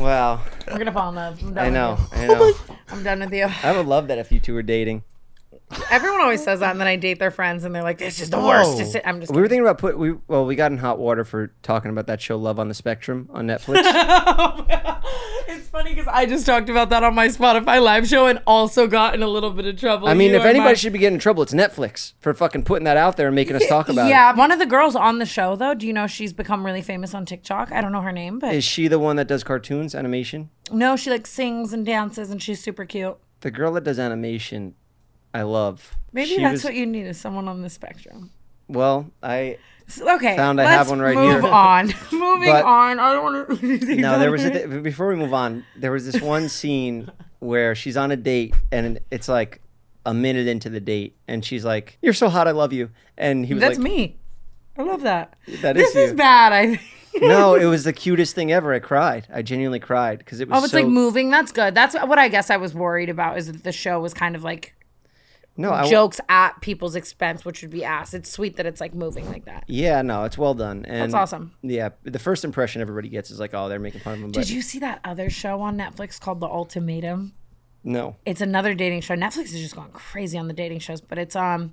Speaker 1: Wow,
Speaker 2: We're gonna fall in love. I'm done
Speaker 1: I
Speaker 2: with
Speaker 1: know,
Speaker 2: you.
Speaker 1: I know.
Speaker 2: I'm done with you.
Speaker 1: I would love that if you two were dating.
Speaker 2: Everyone always says that, and then I date their friends, and they're like, "This is the worst."
Speaker 4: Oh.
Speaker 2: It's- I'm just.
Speaker 1: We were thinking about put we well we got in hot water for talking about that show Love on the Spectrum on Netflix.
Speaker 2: Oh it's funny because I just talked about that on my Spotify live show, and also got in a little bit of trouble.
Speaker 1: I mean,
Speaker 2: You
Speaker 1: if
Speaker 2: are
Speaker 1: anybody
Speaker 2: my-
Speaker 1: should be getting in trouble, it's Netflix for fucking putting that out there and making us talk about
Speaker 2: yeah, one of the girls on the show though. Do you know she's become really famous on TikTok? I don't know her name, but
Speaker 1: it. Is she the one that does cartoons animation?
Speaker 2: no, she like sings and dances, and she's super cute.
Speaker 1: The girl that does animation, I love.
Speaker 2: Maybe
Speaker 1: She
Speaker 2: that's
Speaker 1: was-
Speaker 2: what you need is someone on the spectrum.
Speaker 1: Well, I
Speaker 2: So- Okay,
Speaker 1: Found I
Speaker 2: let's
Speaker 1: have one right
Speaker 2: move
Speaker 1: here.
Speaker 2: on. Moving
Speaker 1: But-
Speaker 2: on. I don't want to.
Speaker 1: no, there was a, th- before we move on, there was this one scene where she's on a date and it's like a minute into the date and she's like, "You're so hot, I love you," and he was
Speaker 2: That's
Speaker 1: like,
Speaker 2: me. I love that.
Speaker 1: "That is
Speaker 2: This is
Speaker 1: you."
Speaker 2: bad. I think.
Speaker 1: no, it was the cutest thing ever. I cried. I genuinely cried because it was.
Speaker 2: Oh, it's
Speaker 1: so,
Speaker 2: like moving. That's good. That's what I guess I was worried about is that the show was kind of like
Speaker 1: no I,
Speaker 2: jokes at people's expense, which would be ass. It's sweet that it's like moving like that.
Speaker 1: Yeah, no, it's well done. And
Speaker 2: awesome.
Speaker 1: Yeah, the first impression everybody gets is like, "Oh, they're making fun of him." But
Speaker 2: Did you see that other show on Netflix called The Ultimatum?
Speaker 1: No,
Speaker 2: It's another dating show. Netflix has just gone crazy on the dating shows, but it's um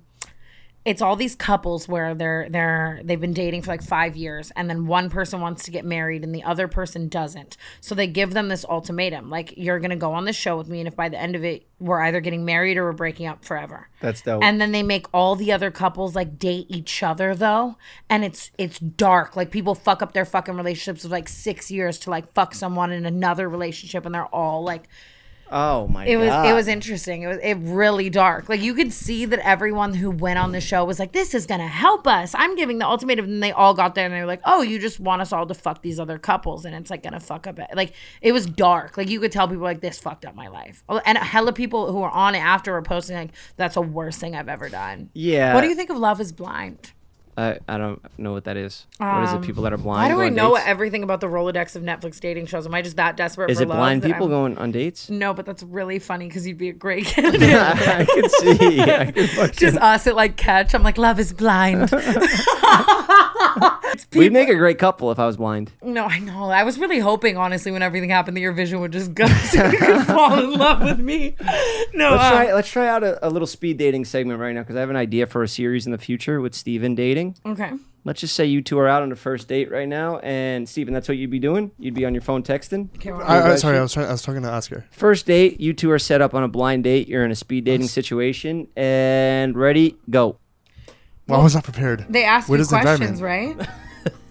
Speaker 2: it's all these couples where they're they're they've been dating for like 5 years and then one person wants to get married and the other person doesn't. So they give them this ultimatum like you're going to go on this show with me and if by the end of it we're either getting married or we're breaking up forever.
Speaker 1: that's dope.
Speaker 2: and then they make all the other couples like date each other though and it's it's dark like people fuck up their fucking relationships of like six years to like fuck someone in another relationship and they're all like
Speaker 1: oh my
Speaker 2: it was
Speaker 1: god,
Speaker 2: it was interesting it was it really dark like you could see that everyone who went on the show was like this is gonna help us i'm giving the ultimatum and they all got there and they were like oh you just want us all to fuck these other couples and it's like gonna fuck up it like it was dark like you could tell people like this fucked up my life Oh, and hella people who were on it after were posting like that's the worst thing i've ever done
Speaker 1: Yeah.
Speaker 2: what do you think of love is blind
Speaker 1: I, I don't know what that is. what is it? People that are blind.
Speaker 2: Um, why do
Speaker 1: go
Speaker 2: i
Speaker 1: on
Speaker 2: know
Speaker 1: dates?
Speaker 2: everything about the rolodex of netflix dating shows am i just that desperate
Speaker 1: Is
Speaker 2: for
Speaker 1: it
Speaker 2: love
Speaker 1: blind
Speaker 2: that
Speaker 1: people
Speaker 2: I'm-
Speaker 1: going on dates?
Speaker 2: no but that's really funny because you'd be a great candidate
Speaker 1: I, I can see. I can fucking-
Speaker 2: just us at like catch. I'm like, love is blind.
Speaker 1: We'd make a great couple if I was blind.
Speaker 2: no, I know. I was really hoping, honestly, when everything happened, that your vision would just go so you could fall in love with me. No,
Speaker 1: Let's
Speaker 2: uh,
Speaker 1: try. Let's try out a, a little speed dating segment right now because I have an idea for a series in the future with Steven dating.
Speaker 2: um, okay.
Speaker 1: Let's just say you two are out on a first date right now, and Steven, that's what you'd be doing. You'd be on your phone texting.
Speaker 3: I, I, sorry, I was trying, I was talking to Oscar.
Speaker 1: First date, you two are set up on a blind date. You're in a speed dating situation, and ready, go.
Speaker 3: Well, I was not prepared.
Speaker 2: They ask
Speaker 3: Where
Speaker 2: you
Speaker 3: does the
Speaker 2: questions,
Speaker 3: environment-
Speaker 2: right?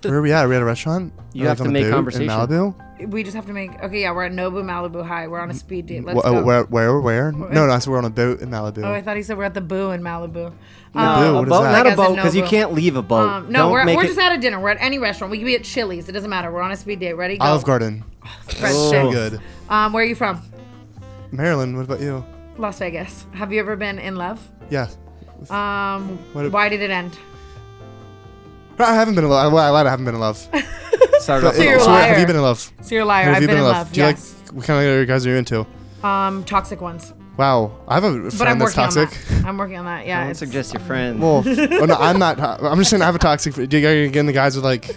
Speaker 3: Where are we at? Are we at a restaurant?
Speaker 1: You
Speaker 3: Are we
Speaker 1: have to
Speaker 3: on a
Speaker 1: make
Speaker 3: boat
Speaker 1: conversation.
Speaker 3: in Malibu.
Speaker 2: We just have to make. Okay, yeah, we're at Nobu Malibu High. We're on a speed date. Let's
Speaker 3: Wh-
Speaker 2: go.
Speaker 3: uh, where, where, where? No, no, I said we're on a boat in Malibu.
Speaker 2: oh, I thought he said we're at the Boo in Malibu.
Speaker 3: Boo, what is
Speaker 1: boat, not
Speaker 3: that?
Speaker 1: Uh, a
Speaker 2: Like as in
Speaker 1: boat, because you
Speaker 2: no
Speaker 1: can't leave a boat.
Speaker 2: Um, no,
Speaker 1: Don't
Speaker 2: we're,
Speaker 1: make
Speaker 2: we're
Speaker 1: it-
Speaker 2: just at a dinner. We're at any restaurant. We could be at Chili's. It doesn't matter. We're on a speed date. Ready? Go.
Speaker 3: Olive Garden.
Speaker 2: French
Speaker 1: Oh.
Speaker 3: So
Speaker 2: dip.
Speaker 3: good.
Speaker 2: Um, where are you from?
Speaker 3: Maryland, what about you?
Speaker 2: Las Vegas. Have you ever been in love?
Speaker 3: Yeah.
Speaker 2: Um,
Speaker 3: What-
Speaker 2: why did it end?
Speaker 3: I haven't been in love. Well, I lied. I haven't been in love.
Speaker 1: Started
Speaker 3: But-
Speaker 1: off
Speaker 2: So you're
Speaker 1: with-
Speaker 2: a
Speaker 3: so wait, have
Speaker 2: liar.
Speaker 3: you been in love?
Speaker 2: So you're a liar.
Speaker 3: Have
Speaker 2: I've
Speaker 3: you
Speaker 2: been, in love.
Speaker 3: Do you
Speaker 2: yes.
Speaker 3: like what kind of guys are you into?
Speaker 2: um, toxic ones.
Speaker 3: Wow, I have a friend
Speaker 2: But I'm
Speaker 3: that's
Speaker 2: working
Speaker 3: toxic.
Speaker 2: on that. I'm working on that. Yeah.
Speaker 1: Don't
Speaker 2: it's-
Speaker 1: suggest your friend.
Speaker 3: Well, oh no, I'm not. to- I'm just saying I have a toxic. fr- Do you guys get in the guys with like,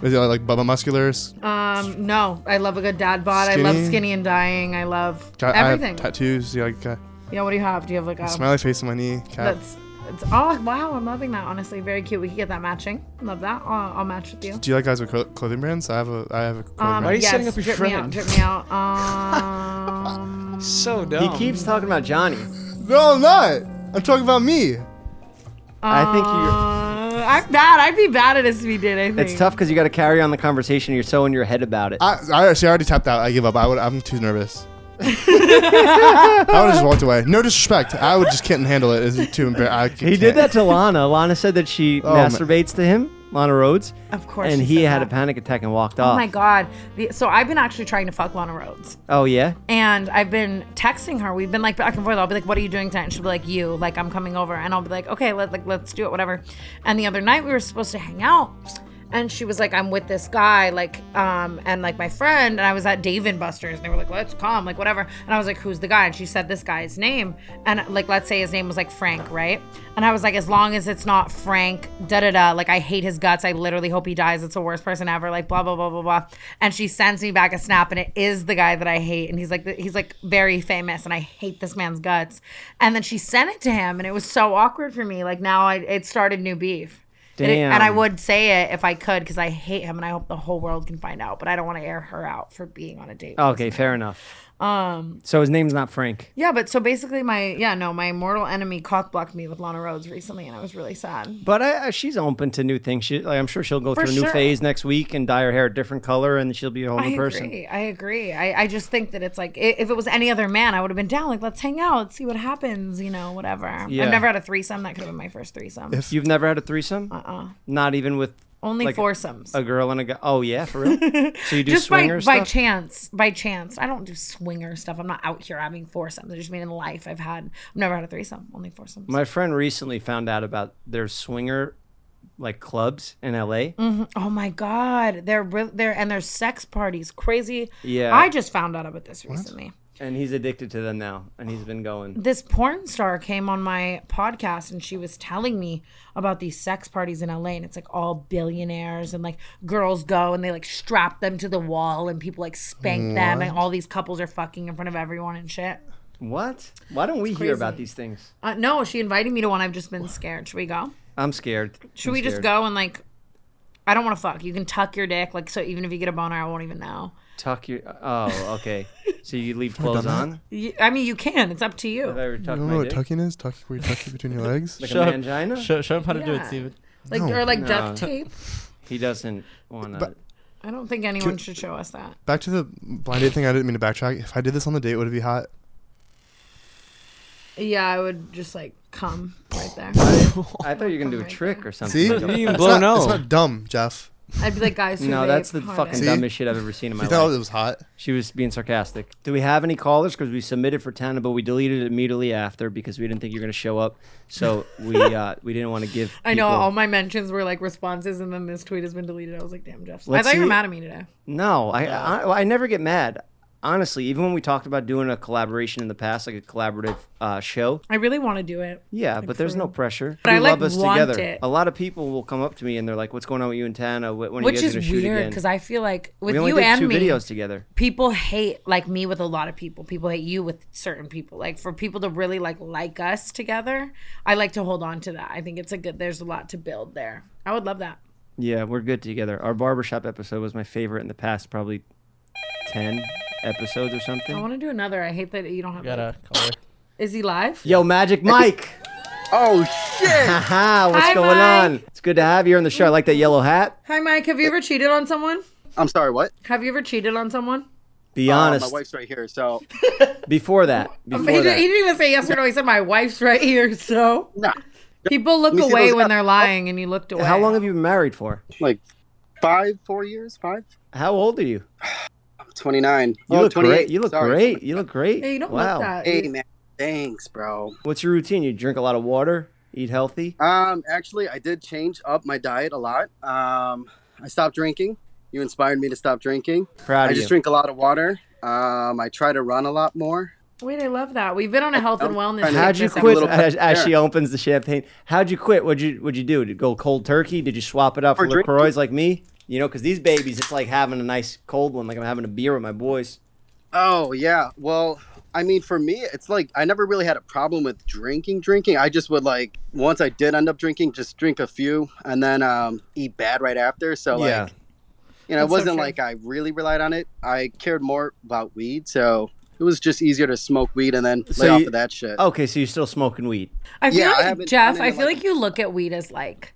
Speaker 3: with uh, like Bubba Musculars?
Speaker 2: um, no, I love a good dad bod. I love
Speaker 3: Skinny?
Speaker 2: skinny and dying. I love
Speaker 3: Got- I have
Speaker 2: everything.
Speaker 3: tattoos. Do you like uh,
Speaker 2: yeah. What do you have? Do you have like a
Speaker 3: smiley face on my knee? Cap.
Speaker 2: that's it's oh wow I'm loving that honestly very cute we could get that matching love that I'll, I'll match with you
Speaker 3: Do you like guys with cl- clothing brands? I have a. I have a clothing
Speaker 2: um,
Speaker 3: brand.
Speaker 5: Why are you
Speaker 2: yes,
Speaker 5: setting up your
Speaker 2: drip me out
Speaker 5: friend?
Speaker 2: drip me out um
Speaker 5: So
Speaker 1: he
Speaker 5: dumb.
Speaker 1: keeps talking about Johnny.
Speaker 3: No, I'm not. I'm talking about me.
Speaker 1: I think you.
Speaker 2: uh, I'm bad I'd be bad at a speed date I think
Speaker 1: It's tough because you got to carry on the conversation. You're so in your head about it.
Speaker 3: I, I actually already tapped out. I give up. I would. I'm too nervous. I would have just walked away. No disrespect. I would just can't handle it. It's too embarrassing.
Speaker 1: he did that to Lana. Lana said that she
Speaker 3: Oh, man.
Speaker 1: masturbates to him, Lana Rhodes,
Speaker 2: of course
Speaker 1: and
Speaker 2: she
Speaker 1: he
Speaker 2: said
Speaker 1: had a
Speaker 2: that.
Speaker 1: panic attack and walked
Speaker 2: Oh
Speaker 1: off.
Speaker 2: my god. The, so I've been actually trying to fuck Lana Rhodes.
Speaker 1: Oh yeah.
Speaker 2: And I've been texting her. We've been like back and forth. I'll be like, "What are you doing tonight?" And she'll be like, "You." Like, I'm coming over. And I'll be like, "Okay, let like let's do it, whatever." And the other night we were supposed to hang out, and she was like, I'm with this guy, like, um, and like my friend, and I was at Dave and Buster's, and they were like, let's come, like, whatever. And I was like, who's the guy? And she said this guy's name, and like, let's say his name was like Frank, right? And I was like, as long as it's not Frank, da da da, like, I hate his guts. I literally hope he dies. It's the worst person ever, like, blah, blah, blah, blah, blah. And she sends me back a snap, and it is the guy that I hate. And he's like, he's like very famous, and I hate this man's guts. And then she sent it to him, and it was so awkward for me. Like, now I, it started new beef. And it- and I
Speaker 1: Damn.
Speaker 2: would say it if I could because I hate him and I hope the whole world can find out. But I don't want to air her out for being on a date.
Speaker 1: Okay, fair enough. Um. So his name's not Frank.
Speaker 2: Yeah, but so basically, my yeah no, my mortal enemy cock blocked me with Lana Rhodes recently, and I was really sad.
Speaker 1: But I, I, she's open to new things. She, like, I'm sure she'll go
Speaker 2: For
Speaker 1: through a new
Speaker 2: sure.
Speaker 1: phase next week and dye her hair a different color, and she'll be a whole
Speaker 2: I
Speaker 1: new person.
Speaker 2: agree. I agree. I, I just think that it's like i- if it was any other man, I would have been down. Like let's hang out, let's see what happens. You know, whatever.
Speaker 1: Yeah.
Speaker 2: I've never had a threesome. That could have been my first threesome.
Speaker 3: If-
Speaker 1: You've never had a threesome? Uh-uh. Not even with
Speaker 2: Only
Speaker 1: like,
Speaker 2: foursomes.
Speaker 1: a girl and a guy. Oh yeah, for real. so you do
Speaker 2: just by,
Speaker 1: swinger
Speaker 2: by
Speaker 1: stuff?
Speaker 2: chance by chance i don't do swinger stuff i'm not out here having foursomes i just mean in life i've had i've never had a threesome only foursomes
Speaker 1: My friend recently found out about their swinger like clubs in LA.
Speaker 2: oh my god they're real they're and their sex parties crazy
Speaker 1: Yeah.
Speaker 2: i just found out about this recently
Speaker 1: and he's addicted to them now and he's been going
Speaker 2: this porn star came on my podcast and she was telling me about these sex parties in LA and it's like all billionaires and like girls go and they like strap them to the wall and people like spank them and all these couples are fucking in front of everyone and shit.
Speaker 1: what why don't we hear about these things
Speaker 2: Uh, no, she invited me to one. I've just been scared. Should we go?
Speaker 1: i'm scared
Speaker 2: Should we just go and like? I don't want to fuck. You can tuck your dick, like so. Even if you get a boner, I won't even know.
Speaker 1: tuck your oh okay so you leave clothes on
Speaker 2: You, I mean, you can. It's up to
Speaker 1: if
Speaker 2: you.
Speaker 1: i were to tuck
Speaker 3: You don't
Speaker 1: my
Speaker 3: know what
Speaker 1: dick
Speaker 3: tucking is? Tuck where you tuck it between your legs?
Speaker 1: like
Speaker 4: Shut
Speaker 1: a
Speaker 4: up.
Speaker 1: mangina
Speaker 4: Show, show him how to do it,
Speaker 2: Yeah.
Speaker 4: Steven.
Speaker 2: Like or like duct
Speaker 1: No.
Speaker 2: tape.
Speaker 1: he doesn't want to
Speaker 3: But-
Speaker 2: I don't think anyone should show us that.
Speaker 3: Back to the blind date thing. I didn't mean to backtrack. If I did this on the date, would it be hot?
Speaker 2: Yeah, I would just like come right there.
Speaker 1: i thought you were gonna do a trick or something
Speaker 3: See?
Speaker 1: Like a-
Speaker 5: You didn't
Speaker 3: It's
Speaker 5: blow
Speaker 3: not,
Speaker 5: no.
Speaker 3: it's not dumb, Jeff.
Speaker 2: I'd be like, guys, who
Speaker 1: no
Speaker 2: vape
Speaker 1: that's the
Speaker 2: hard
Speaker 1: fucking
Speaker 2: ass.
Speaker 3: See?
Speaker 1: dumbest shit i've ever seen in my
Speaker 3: You thought
Speaker 1: life
Speaker 3: it was hot?
Speaker 1: she was being sarcastic do we have any callers because we submitted for 10 but we deleted it immediately after because we didn't think you were gonna show up so we uh we didn't want to give
Speaker 2: I know
Speaker 1: people-
Speaker 2: all my mentions were like responses, and then this tweet has been deleted. I was like, damn, Jeff. I
Speaker 1: Let's
Speaker 2: thought you were
Speaker 1: see-
Speaker 2: mad at me today.
Speaker 1: No, I, I I never get mad. Honestly, even when we talked about doing a collaboration in the past, like a collaborative uh, show,
Speaker 2: I really want to do it.
Speaker 1: yeah, but there's no pressure.
Speaker 2: But
Speaker 1: we
Speaker 2: I, like,
Speaker 1: love us
Speaker 2: want
Speaker 1: together.
Speaker 2: it.
Speaker 1: A lot of people will come up to me and they're like, "What's going on with you and Tana? Wh- When are you
Speaker 2: Which
Speaker 1: guys
Speaker 2: is
Speaker 1: going to shoot
Speaker 2: weird
Speaker 1: again?"
Speaker 2: because I feel like with
Speaker 1: we only
Speaker 2: you
Speaker 1: did
Speaker 2: and
Speaker 1: two
Speaker 2: me,
Speaker 1: videos together.
Speaker 2: people hate like me with a lot of people people hate you with certain people like for people to really like like us together i like to hold on to that i think it's a good there's a lot to build there i would love that
Speaker 1: Yeah, we're good together. Our barbershop episode was my favorite in the past, probably ten episodes or
Speaker 2: i
Speaker 1: something.
Speaker 2: want to do another i hate that you don't have
Speaker 4: Got a caller.
Speaker 2: is he live
Speaker 1: Yo, Magic Mike.
Speaker 6: Oh shit!
Speaker 1: Haha, what's
Speaker 2: Hi,
Speaker 1: going on?
Speaker 2: Mike.
Speaker 1: It's good to have you on the show. I like that yellow hat.
Speaker 2: hi mike have you ever cheated on someone
Speaker 6: I'm sorry. What?
Speaker 2: have you ever cheated on someone
Speaker 1: Be
Speaker 6: Uh,
Speaker 1: honest.
Speaker 6: my wife's right here. So
Speaker 1: Before that,
Speaker 2: he,
Speaker 1: before
Speaker 2: did,
Speaker 1: that.
Speaker 2: he didn't even say yes or no he said my wife's right here so
Speaker 6: nah,
Speaker 2: people look
Speaker 6: me see
Speaker 2: away
Speaker 6: those-
Speaker 2: when they're lying and you looked away
Speaker 1: How long have you been married for?
Speaker 6: like five, four years, five.
Speaker 1: How old are you?
Speaker 6: I'm 29. You
Speaker 1: You look great. You look great. You look great.
Speaker 2: yeah, you don't
Speaker 1: wow.
Speaker 2: look that
Speaker 6: Oh, Hey man, thanks, bro.
Speaker 1: What's your routine? You drink a lot of water, eat healthy.
Speaker 6: Um, actually, I did change up my diet a lot. Um, I stopped drinking. You inspired me to stop drinking.
Speaker 1: Proud
Speaker 6: I
Speaker 1: of
Speaker 6: just
Speaker 1: you.
Speaker 6: drink a lot of water. Um, I try to run a lot more.
Speaker 2: wait i love that we've been on a health and wellness
Speaker 6: How'd
Speaker 1: How'd
Speaker 2: kick
Speaker 1: you
Speaker 2: this
Speaker 1: quit?
Speaker 6: little
Speaker 1: As, as
Speaker 6: there.
Speaker 1: she opens the champagne, how'd you quit? What'd you What'd you do? Did you go cold turkey? Did you swap it out for
Speaker 6: Or drink-
Speaker 1: Lacroix like me? You know, because these babies, it's like having a nice cold one. Like I'm having a beer with my boys.
Speaker 6: Oh yeah. Well, I mean, for me, it's like I never really had a problem with drinking. Drinking, I just would like once I did end up drinking, just drink a few and then um, eat bad right after. So like,
Speaker 1: Yeah.
Speaker 6: you know,
Speaker 2: That's so
Speaker 6: it wasn't
Speaker 2: true.
Speaker 6: like I really relied on it. I cared more about weed, so it was just easier to smoke weed and then
Speaker 1: So
Speaker 6: lay off
Speaker 1: you-
Speaker 6: of that shit.
Speaker 1: Okay, so you're still smoking weed.
Speaker 2: I feel
Speaker 6: Yeah, I
Speaker 2: like
Speaker 6: haven't
Speaker 2: Jeff.
Speaker 6: done it
Speaker 2: I
Speaker 6: in,
Speaker 2: feel
Speaker 6: like-
Speaker 2: like you look at weed as like.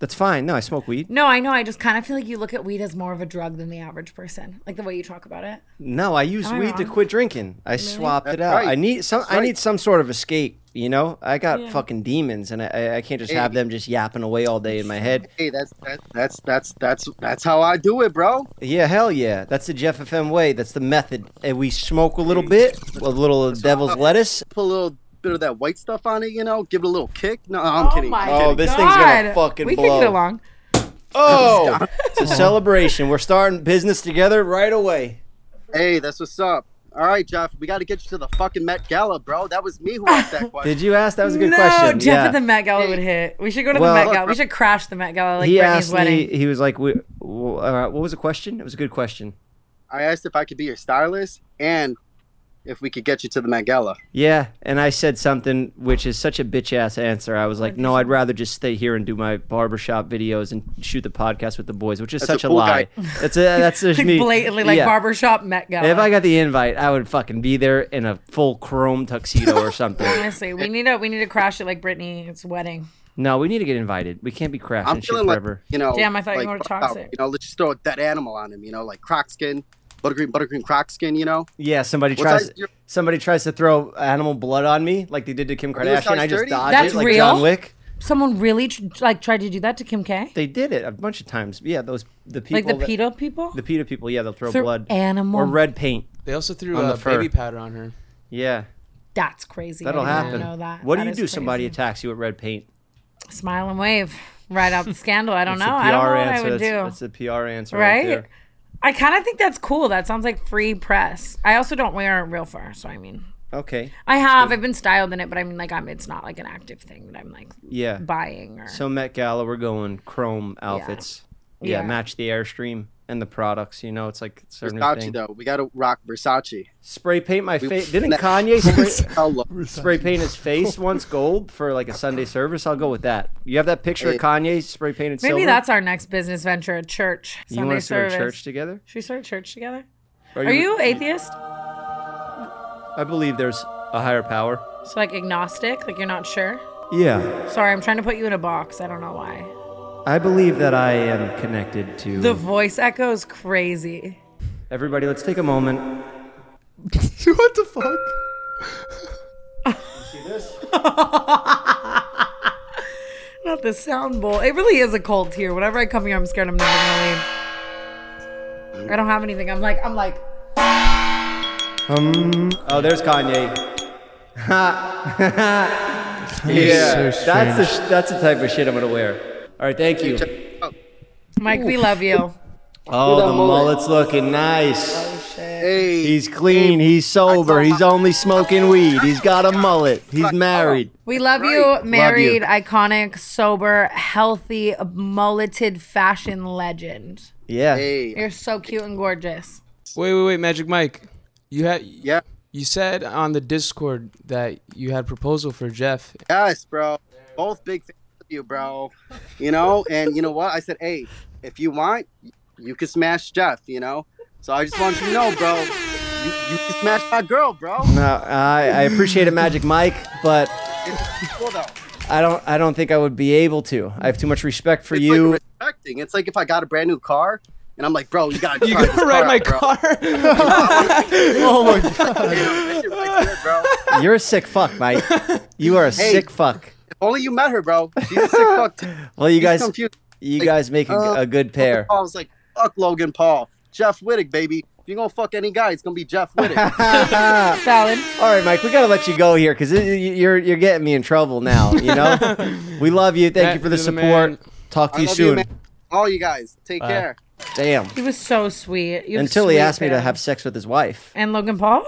Speaker 1: That's fine. No, I smoke weed.
Speaker 2: No, I know. I just kind of feel like you look at weed as more of a drug than the average person, like the way you talk about it.
Speaker 1: No, I use
Speaker 2: Am I
Speaker 1: weed to
Speaker 2: wrong?
Speaker 1: quit drinking. I swapped it
Speaker 6: That's
Speaker 1: out.
Speaker 6: right.
Speaker 1: I need some.
Speaker 6: That's
Speaker 1: I
Speaker 6: right.
Speaker 1: need some sort of escape. You know, I got fucking demons, and I- I, I can't just have them just yapping away all day in my head.
Speaker 6: Hey, that's that, that's that's that's that's how I do it, bro.
Speaker 1: Yeah, hell yeah. That's the Jeff FM way. That's the method. And we smoke a little bit, a little of devil's lettuce.
Speaker 6: Put a little bit of that white stuff on it, you know, give it a little kick. No, I'm kidding.
Speaker 1: Oh, this thing's Oh, gonna fucking
Speaker 2: Oh, we
Speaker 1: blow.
Speaker 2: can get along.
Speaker 8: Oh,
Speaker 1: It's a celebration. We're starting business together right away.
Speaker 6: Hey, that's what's up. All right, Jeff, we got to get you to the fucking Met Gala, bro. That was me who asked that question.
Speaker 1: Did you ask? That was a good
Speaker 2: no,
Speaker 1: question.
Speaker 2: Jeff
Speaker 1: yeah.
Speaker 2: at the Met Gala would hit. We should go to
Speaker 1: Well- uh,
Speaker 2: the Met Gala. We should crash the Met Gala like
Speaker 1: he
Speaker 2: Britney's
Speaker 1: asked
Speaker 2: wedding.
Speaker 1: me. He was like, we, w- uh, "What was the question?" It was a good question.
Speaker 6: I asked if I could be your stylist and if we could get you to the Met Gala.
Speaker 1: Yeah, and I said something which is such a bitch ass answer. I was like, "No, I'd rather just stay here and do my barbershop videos and shoot the podcast with the boys," which is
Speaker 6: That's a
Speaker 1: such a,
Speaker 6: cool
Speaker 1: lie.
Speaker 6: guy.
Speaker 1: That's a, that's just
Speaker 2: Like
Speaker 1: me
Speaker 2: blatantly like
Speaker 1: yeah.
Speaker 2: barbershop Met Gala.
Speaker 1: If I got the invite, I would fucking be there in a full chrome tuxedo or something.
Speaker 2: Honestly, we need to we need to crash it like Britney's wedding.
Speaker 1: no, we need to get invited. We can't be crashing
Speaker 6: I'm
Speaker 1: shit
Speaker 6: feeling like,
Speaker 1: forever.
Speaker 6: you know.
Speaker 2: Damn, I thought you
Speaker 6: like,
Speaker 2: were
Speaker 6: fuck
Speaker 2: toxic.
Speaker 6: out, You know, let's just throw a dead animal on him, you know, like croc skin, buttergreen, buttergreen croc skin, you know?
Speaker 1: yeah, somebody
Speaker 6: What
Speaker 1: tries
Speaker 6: size your-
Speaker 1: somebody tries to throw animal blood on me like they did to Kim
Speaker 6: you a
Speaker 1: Kardashian.
Speaker 6: size
Speaker 1: I just
Speaker 6: 30?
Speaker 1: dodge
Speaker 2: That's
Speaker 1: it like
Speaker 2: real?
Speaker 1: John Wick.
Speaker 2: Someone really tr- like tried to do that to Kim K.
Speaker 1: They did it a bunch of times. Yeah, those the people
Speaker 2: Like the
Speaker 1: that-
Speaker 2: pedo people.
Speaker 1: the PETA people, yeah, they'll throw
Speaker 2: Throw
Speaker 1: blood
Speaker 2: animal-
Speaker 1: or red paint.
Speaker 5: They also threw
Speaker 1: On the
Speaker 5: uh, baby
Speaker 1: fur.
Speaker 5: powder on her.
Speaker 1: Yeah,
Speaker 2: That's crazy. I
Speaker 1: that'll
Speaker 2: did not
Speaker 1: happen.
Speaker 2: Know that.
Speaker 1: What
Speaker 2: That
Speaker 1: do you
Speaker 2: is
Speaker 1: do? if Somebody
Speaker 2: crazy.
Speaker 1: attacks you with red paint.
Speaker 2: smile and wave right out the scandal. I don't know.
Speaker 1: It's a
Speaker 2: I don't know
Speaker 1: PR
Speaker 2: what
Speaker 1: answer.
Speaker 2: I would
Speaker 1: that's,
Speaker 2: do.
Speaker 1: that's a PR answer,
Speaker 2: Right?
Speaker 1: right? there.
Speaker 2: I kind of think that's cool. That sounds like free press. I also don't wear real fur, so I mean,
Speaker 1: Okay.
Speaker 2: I have. I've been styled in it, but I mean, like, I'm. It's not like an active thing that I'm like
Speaker 1: Yeah.
Speaker 2: buying or.
Speaker 1: So Met Gala, we're going chrome outfits. Yeah,
Speaker 2: Yeah.
Speaker 1: match the airstream and the products. You know, it's like it's our new
Speaker 6: Versace,
Speaker 1: thing.
Speaker 6: though. We got to rock Versace.
Speaker 1: Spray paint my face. Didn't
Speaker 6: Nah.
Speaker 1: Kanye spray,
Speaker 6: Hello.
Speaker 1: spray paint his face once gold for like a Sunday service? I'll go with that. You have that picture of Kanye spray painted
Speaker 2: Maybe
Speaker 1: silver?
Speaker 2: that's our next business venture: a church.
Speaker 1: you
Speaker 2: Sunday
Speaker 1: want to start
Speaker 2: service.
Speaker 1: a church together?
Speaker 2: Should we start a church together?
Speaker 1: Are,
Speaker 2: Are you atheist?
Speaker 1: I believe there's a higher power.
Speaker 2: So like agnostic? Like you're not sure?
Speaker 1: Yeah.
Speaker 2: Sorry, I'm trying to put you in a box. I don't know why.
Speaker 1: I believe that I am connected to
Speaker 2: The voice echo is crazy.
Speaker 1: everybody. Let's take a moment.
Speaker 3: what the fuck?
Speaker 2: Not the sound bowl. It really is a cult here. Whenever I come here, I'm scared I'm never gonna leave. I don't have anything. I'm like, I'm like,
Speaker 1: Um, oh, there's Kanye. yeah, that's the sh- that's the type of shit I'm gonna wear. All right, thank you.
Speaker 2: Mike, we love you.
Speaker 1: Oh, the mullet's looking nice.
Speaker 6: Hey.
Speaker 1: He's clean. He's sober. He's only smoking weed. He's got a mullet. He's married.
Speaker 2: We love you, married, iconic, sober, healthy, mulleted fashion legend.
Speaker 1: Yeah.
Speaker 6: hey.
Speaker 2: You're so cute and gorgeous.
Speaker 5: Wait, wait, wait, Magic Mike. You had
Speaker 6: Yeah.
Speaker 5: you said on the Discord that you had proposal for Jeff.
Speaker 6: Yes, bro. Both big fans of you, bro. You know, and you know what? I said, hey, if you want, you can smash Jeff, you know? So I just want you to know, bro. You, you can smash my girl, bro.
Speaker 1: No, I, I appreciate it, Magic Mike, but
Speaker 6: It's cool, though.
Speaker 1: I don't I don't think I would be able to. I have too much respect for
Speaker 6: It's
Speaker 1: you.
Speaker 6: like respecting. It's like if I got a brand new car and I'm like, bro, you gotta
Speaker 5: You
Speaker 6: try
Speaker 5: gonna
Speaker 6: this
Speaker 5: ride
Speaker 6: out,
Speaker 5: my
Speaker 6: bro.
Speaker 5: car?
Speaker 1: oh my god.
Speaker 6: Right there, bro. If
Speaker 1: You're a sick fuck, Mike. You are a sick fuck.
Speaker 6: only you met her, bro. She's a sick fuck. too.
Speaker 1: Well, you
Speaker 6: She's
Speaker 1: guys,
Speaker 6: confused.
Speaker 1: you
Speaker 6: like,
Speaker 1: guys make a,
Speaker 6: uh,
Speaker 1: a good pair.
Speaker 6: I was like, fuck Logan Paul, Jeff Wittig, baby. If you're gonna fuck any guy, it's gonna be Jeff Wittig.
Speaker 2: Valid.
Speaker 1: All right, Mike, we gotta let you go here because you're you're getting me in trouble now. You know, we love you. Thank
Speaker 5: Matt,
Speaker 1: you for the
Speaker 5: you're the
Speaker 1: support.
Speaker 5: man.
Speaker 1: Talk to
Speaker 6: I
Speaker 1: you
Speaker 6: love
Speaker 1: soon.
Speaker 6: man. All you guys, take care.
Speaker 1: Damn.
Speaker 2: He was so sweet. You have
Speaker 1: Until he
Speaker 2: sweet
Speaker 1: asked me to
Speaker 2: fans.
Speaker 1: have sex with his wife.
Speaker 2: And Logan Paul?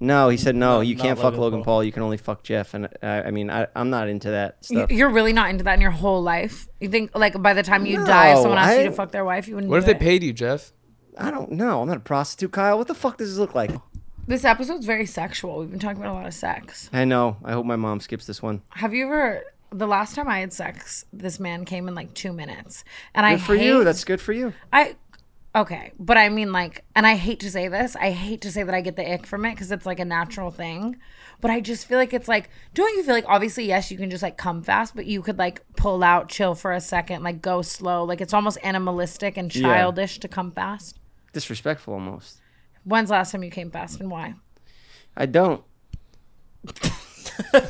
Speaker 1: No, he said no. You
Speaker 4: not
Speaker 1: can't fuck
Speaker 4: Logan
Speaker 1: Logan
Speaker 4: Paul.
Speaker 1: Paul. You can only fuck Jeff. And uh, I mean, I, I'm not into that
Speaker 2: You-
Speaker 1: stuff.
Speaker 2: You're really not into that in your whole life. You think like by the time you die, if
Speaker 1: No,
Speaker 2: someone asks you
Speaker 1: I-
Speaker 2: to fuck their wife, you wouldn't.
Speaker 5: what if
Speaker 2: do
Speaker 5: they
Speaker 2: it.
Speaker 5: paid you, Jeff?
Speaker 1: I don't know. I'm not a prostitute, Kyle. What the fuck does this look like?
Speaker 2: This episode's very sexual. We've been talking about a lot of sex.
Speaker 1: I know. I hope my mom skips this one.
Speaker 2: Have you ever? The last time I had sex, this man came in like two minutes, and I
Speaker 1: Good for
Speaker 2: hate,
Speaker 1: you. That's good for you.
Speaker 2: I. Okay, but I mean, like, and I hate to say this. I hate to say that I get the ick from it because it's like a natural thing. But I just feel like it's like, don't you feel like obviously, yes, you can just like come fast, but you could like pull out, chill for a second, like go slow. Like it's almost animalistic and childish to come fast.
Speaker 1: Disrespectful almost.
Speaker 2: When's the last time you came fast and why?
Speaker 1: I don't.
Speaker 3: But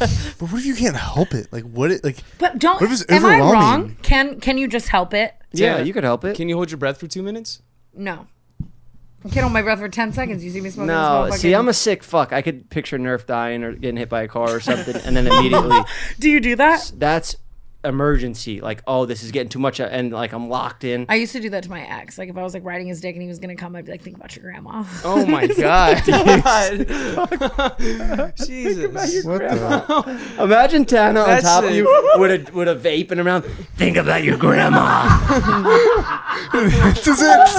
Speaker 3: what if you can't help it? Like what? It, like
Speaker 2: But don't.
Speaker 3: What if it's
Speaker 2: am I wrong?
Speaker 3: overwhelming?
Speaker 2: Can can you just help it?
Speaker 1: Yeah,
Speaker 5: Yeah.
Speaker 1: you could help it.
Speaker 5: Can you hold your breath for two minutes?
Speaker 2: No. I can't hold my breath for ten seconds. You see me smoking?
Speaker 1: No,
Speaker 2: this
Speaker 1: see,
Speaker 2: motherfucking-
Speaker 1: I'm a sick fuck. I could picture Nerf dying or getting hit by a car or something, and then immediately
Speaker 2: Do you do that?
Speaker 1: that's emergency, like oh this is getting too much, and like I'm locked in.
Speaker 2: I used to do that to my ex. Like if I was like riding his dick and he was gonna come, I'd be like, think about your grandma.
Speaker 5: Oh my god. Jesus.
Speaker 3: What the?
Speaker 1: Imagine Tana on
Speaker 5: That's
Speaker 1: top of
Speaker 5: a-
Speaker 1: you with a with a vape in her mouth. Think about your grandma.
Speaker 3: this is it. this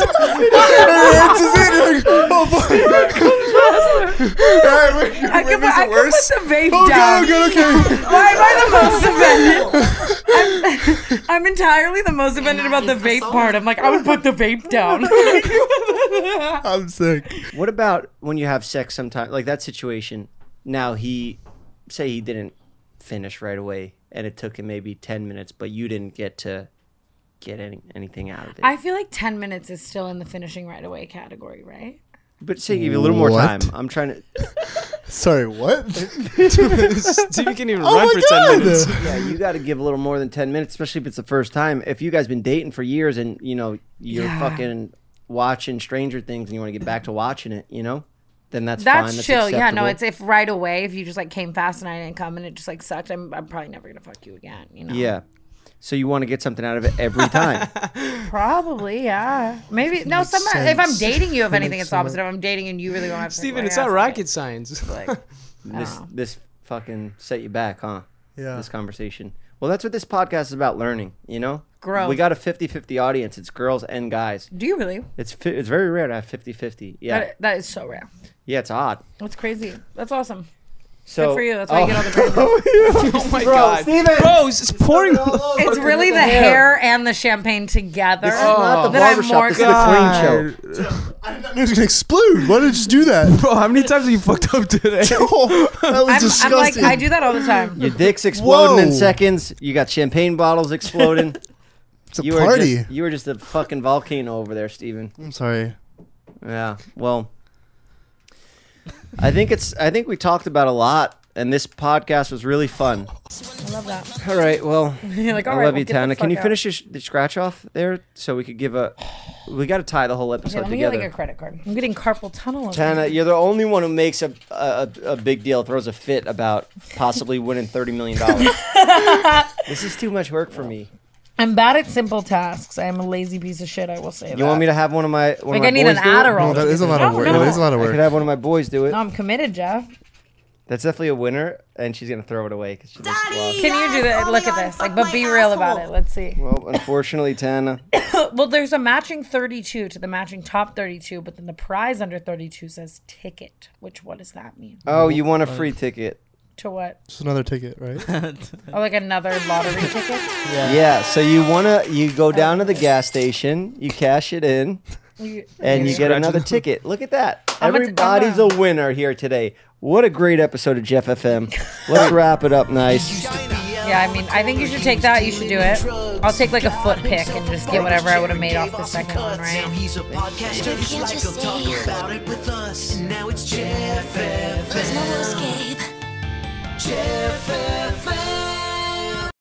Speaker 3: is it. Oh, fuck. All right, wait.
Speaker 2: I
Speaker 3: wait,
Speaker 2: could, put,
Speaker 3: makes
Speaker 2: I
Speaker 3: it
Speaker 2: could
Speaker 3: worse.
Speaker 2: put the vape
Speaker 3: Oh,
Speaker 2: down.
Speaker 3: God, oh, God, okay.
Speaker 2: Why am I the most offended? I'm, I'm entirely the most offended about the vape part. I'm like, I would put the vape down.
Speaker 3: I'm sick.
Speaker 1: What about when you have sex sometimes? Like that situation. Now he say he didn't finish right away, and it took him maybe ten minutes, but you didn't get to get any, anything out of it.
Speaker 2: I feel like 10 minutes is still in the finishing right away category, right?
Speaker 1: but say give you a little more
Speaker 3: What?
Speaker 1: time. I'm trying to.
Speaker 3: Sorry, what?
Speaker 5: See if you can even
Speaker 3: Oh
Speaker 5: run
Speaker 3: my
Speaker 5: for
Speaker 3: God.
Speaker 5: 10 minutes.
Speaker 1: Yeah, you got to give a little more than 10 minutes, especially if it's the first time. If you guys been dating for years and, you know, you're
Speaker 2: Yeah.
Speaker 1: fucking watching Stranger Things and you want to get back to watching it, you know, then that's,
Speaker 2: That's,
Speaker 1: fine.
Speaker 2: chill. Yeah, no,
Speaker 1: acceptable.
Speaker 2: it's if right away, if you just like came fast and I didn't come and it just like sucked, I'm, I'm probably never going to fuck you again, you know?
Speaker 1: Yeah. So you want to get something out of it every time.
Speaker 2: Probably, yeah. Maybe, no, some, if I'm
Speaker 3: sense.
Speaker 2: dating you, if anything,
Speaker 3: makes
Speaker 2: it's the opposite. If I'm dating and you really want to
Speaker 5: Steven, it's not rocket science.
Speaker 1: this this fucking set you back, huh?
Speaker 3: Yeah.
Speaker 1: This conversation. Well, that's what this podcast is about learning, you know?
Speaker 2: Growth.
Speaker 1: We got a 50-50 audience. It's girls and guys.
Speaker 2: Do you really?
Speaker 1: It's fi- it's very rare to have 50-50. Yeah.
Speaker 2: That, that is so rare.
Speaker 1: Yeah, it's odd.
Speaker 2: That's crazy. That's awesome.
Speaker 1: So
Speaker 2: Good for you. That's why you get all the credit.
Speaker 5: Oh my god.
Speaker 1: Steven!
Speaker 5: Bro, it's, it's pouring.
Speaker 2: It's really the hair. and the champaign together.
Speaker 1: This is not the
Speaker 2: that I'm
Speaker 1: barbershop.
Speaker 2: more
Speaker 1: This is the clean show.
Speaker 3: I knew it was gonna explode. Why did it just do that?
Speaker 5: Bro, how many times have you fucked up today?
Speaker 3: Oh, that was
Speaker 2: I'm, I'm like,
Speaker 3: disgusting.
Speaker 2: I do that all the time.
Speaker 1: Your dick's exploding in
Speaker 3: Whoa.
Speaker 1: seconds. You got champagne bottles exploding.
Speaker 3: it's a
Speaker 1: you were
Speaker 3: party.
Speaker 1: just, you were just a fucking volcano over there, Steven.
Speaker 3: I'm sorry.
Speaker 1: Yeah. Well, I think it's I think we talked about a lot and this podcast was really fun.
Speaker 2: I love that.
Speaker 1: All right. Well,
Speaker 2: You're like, all
Speaker 1: I
Speaker 2: right,
Speaker 1: love
Speaker 2: well,
Speaker 1: you,
Speaker 2: get the
Speaker 1: Tana. Can
Speaker 2: fuck
Speaker 1: you
Speaker 2: out.
Speaker 1: finish your, sh- the scratch off there so we could give a we got to tie the whole episode
Speaker 2: Okay, let me get
Speaker 1: together.
Speaker 2: like a credit card. I'm getting carpal tunnel. over
Speaker 1: Tana,
Speaker 2: here.
Speaker 1: you're the only one who makes a, a a big deal, throws a fit about possibly winning thirty million dollars. this is too much work for me.
Speaker 2: I'm bad at simple tasks. I am a lazy piece of shit. I will say that.
Speaker 1: You want me to have one of my one
Speaker 2: Like,
Speaker 1: of my
Speaker 2: I need
Speaker 1: boys
Speaker 2: an
Speaker 1: do it?
Speaker 2: Adderall.
Speaker 3: No, that is a lot of
Speaker 2: No,
Speaker 3: work.
Speaker 2: no.
Speaker 3: That is a lot of
Speaker 1: I could
Speaker 3: work.
Speaker 1: have one of my boys do it.
Speaker 2: No, I'm committed, Jeff.
Speaker 1: That's definitely a winner, and she's gonna throw it away because she just lost.
Speaker 2: Can you do that? Look at this. Like, but be real about it. Let's see.
Speaker 1: Well, unfortunately, Tana.
Speaker 2: Well, there's a matching 32 to the matching top 32, but then the prize under 32 says ticket. Which what does that mean?
Speaker 1: Oh, you want a free ticket?
Speaker 2: To what?
Speaker 3: Just another ticket, right?
Speaker 2: Oh, like another lottery ticket?
Speaker 1: Yeah. So you wanna you go down to the gas station, you cash it in,
Speaker 2: You-
Speaker 1: and you get
Speaker 5: Scratch
Speaker 1: another
Speaker 5: it.
Speaker 1: ticket. Look at that!
Speaker 2: much-
Speaker 1: Everybody's a winner here today. What a great episode of Jeff FM. Let's wrap it up nice.
Speaker 2: Yeah, I mean, I think you should take that. You should do it. I'll take like a foot pick and just get whatever I would have made off the second one, right?
Speaker 9: He's a podcaster, just like he'll talk about it with us. And now it's Jeff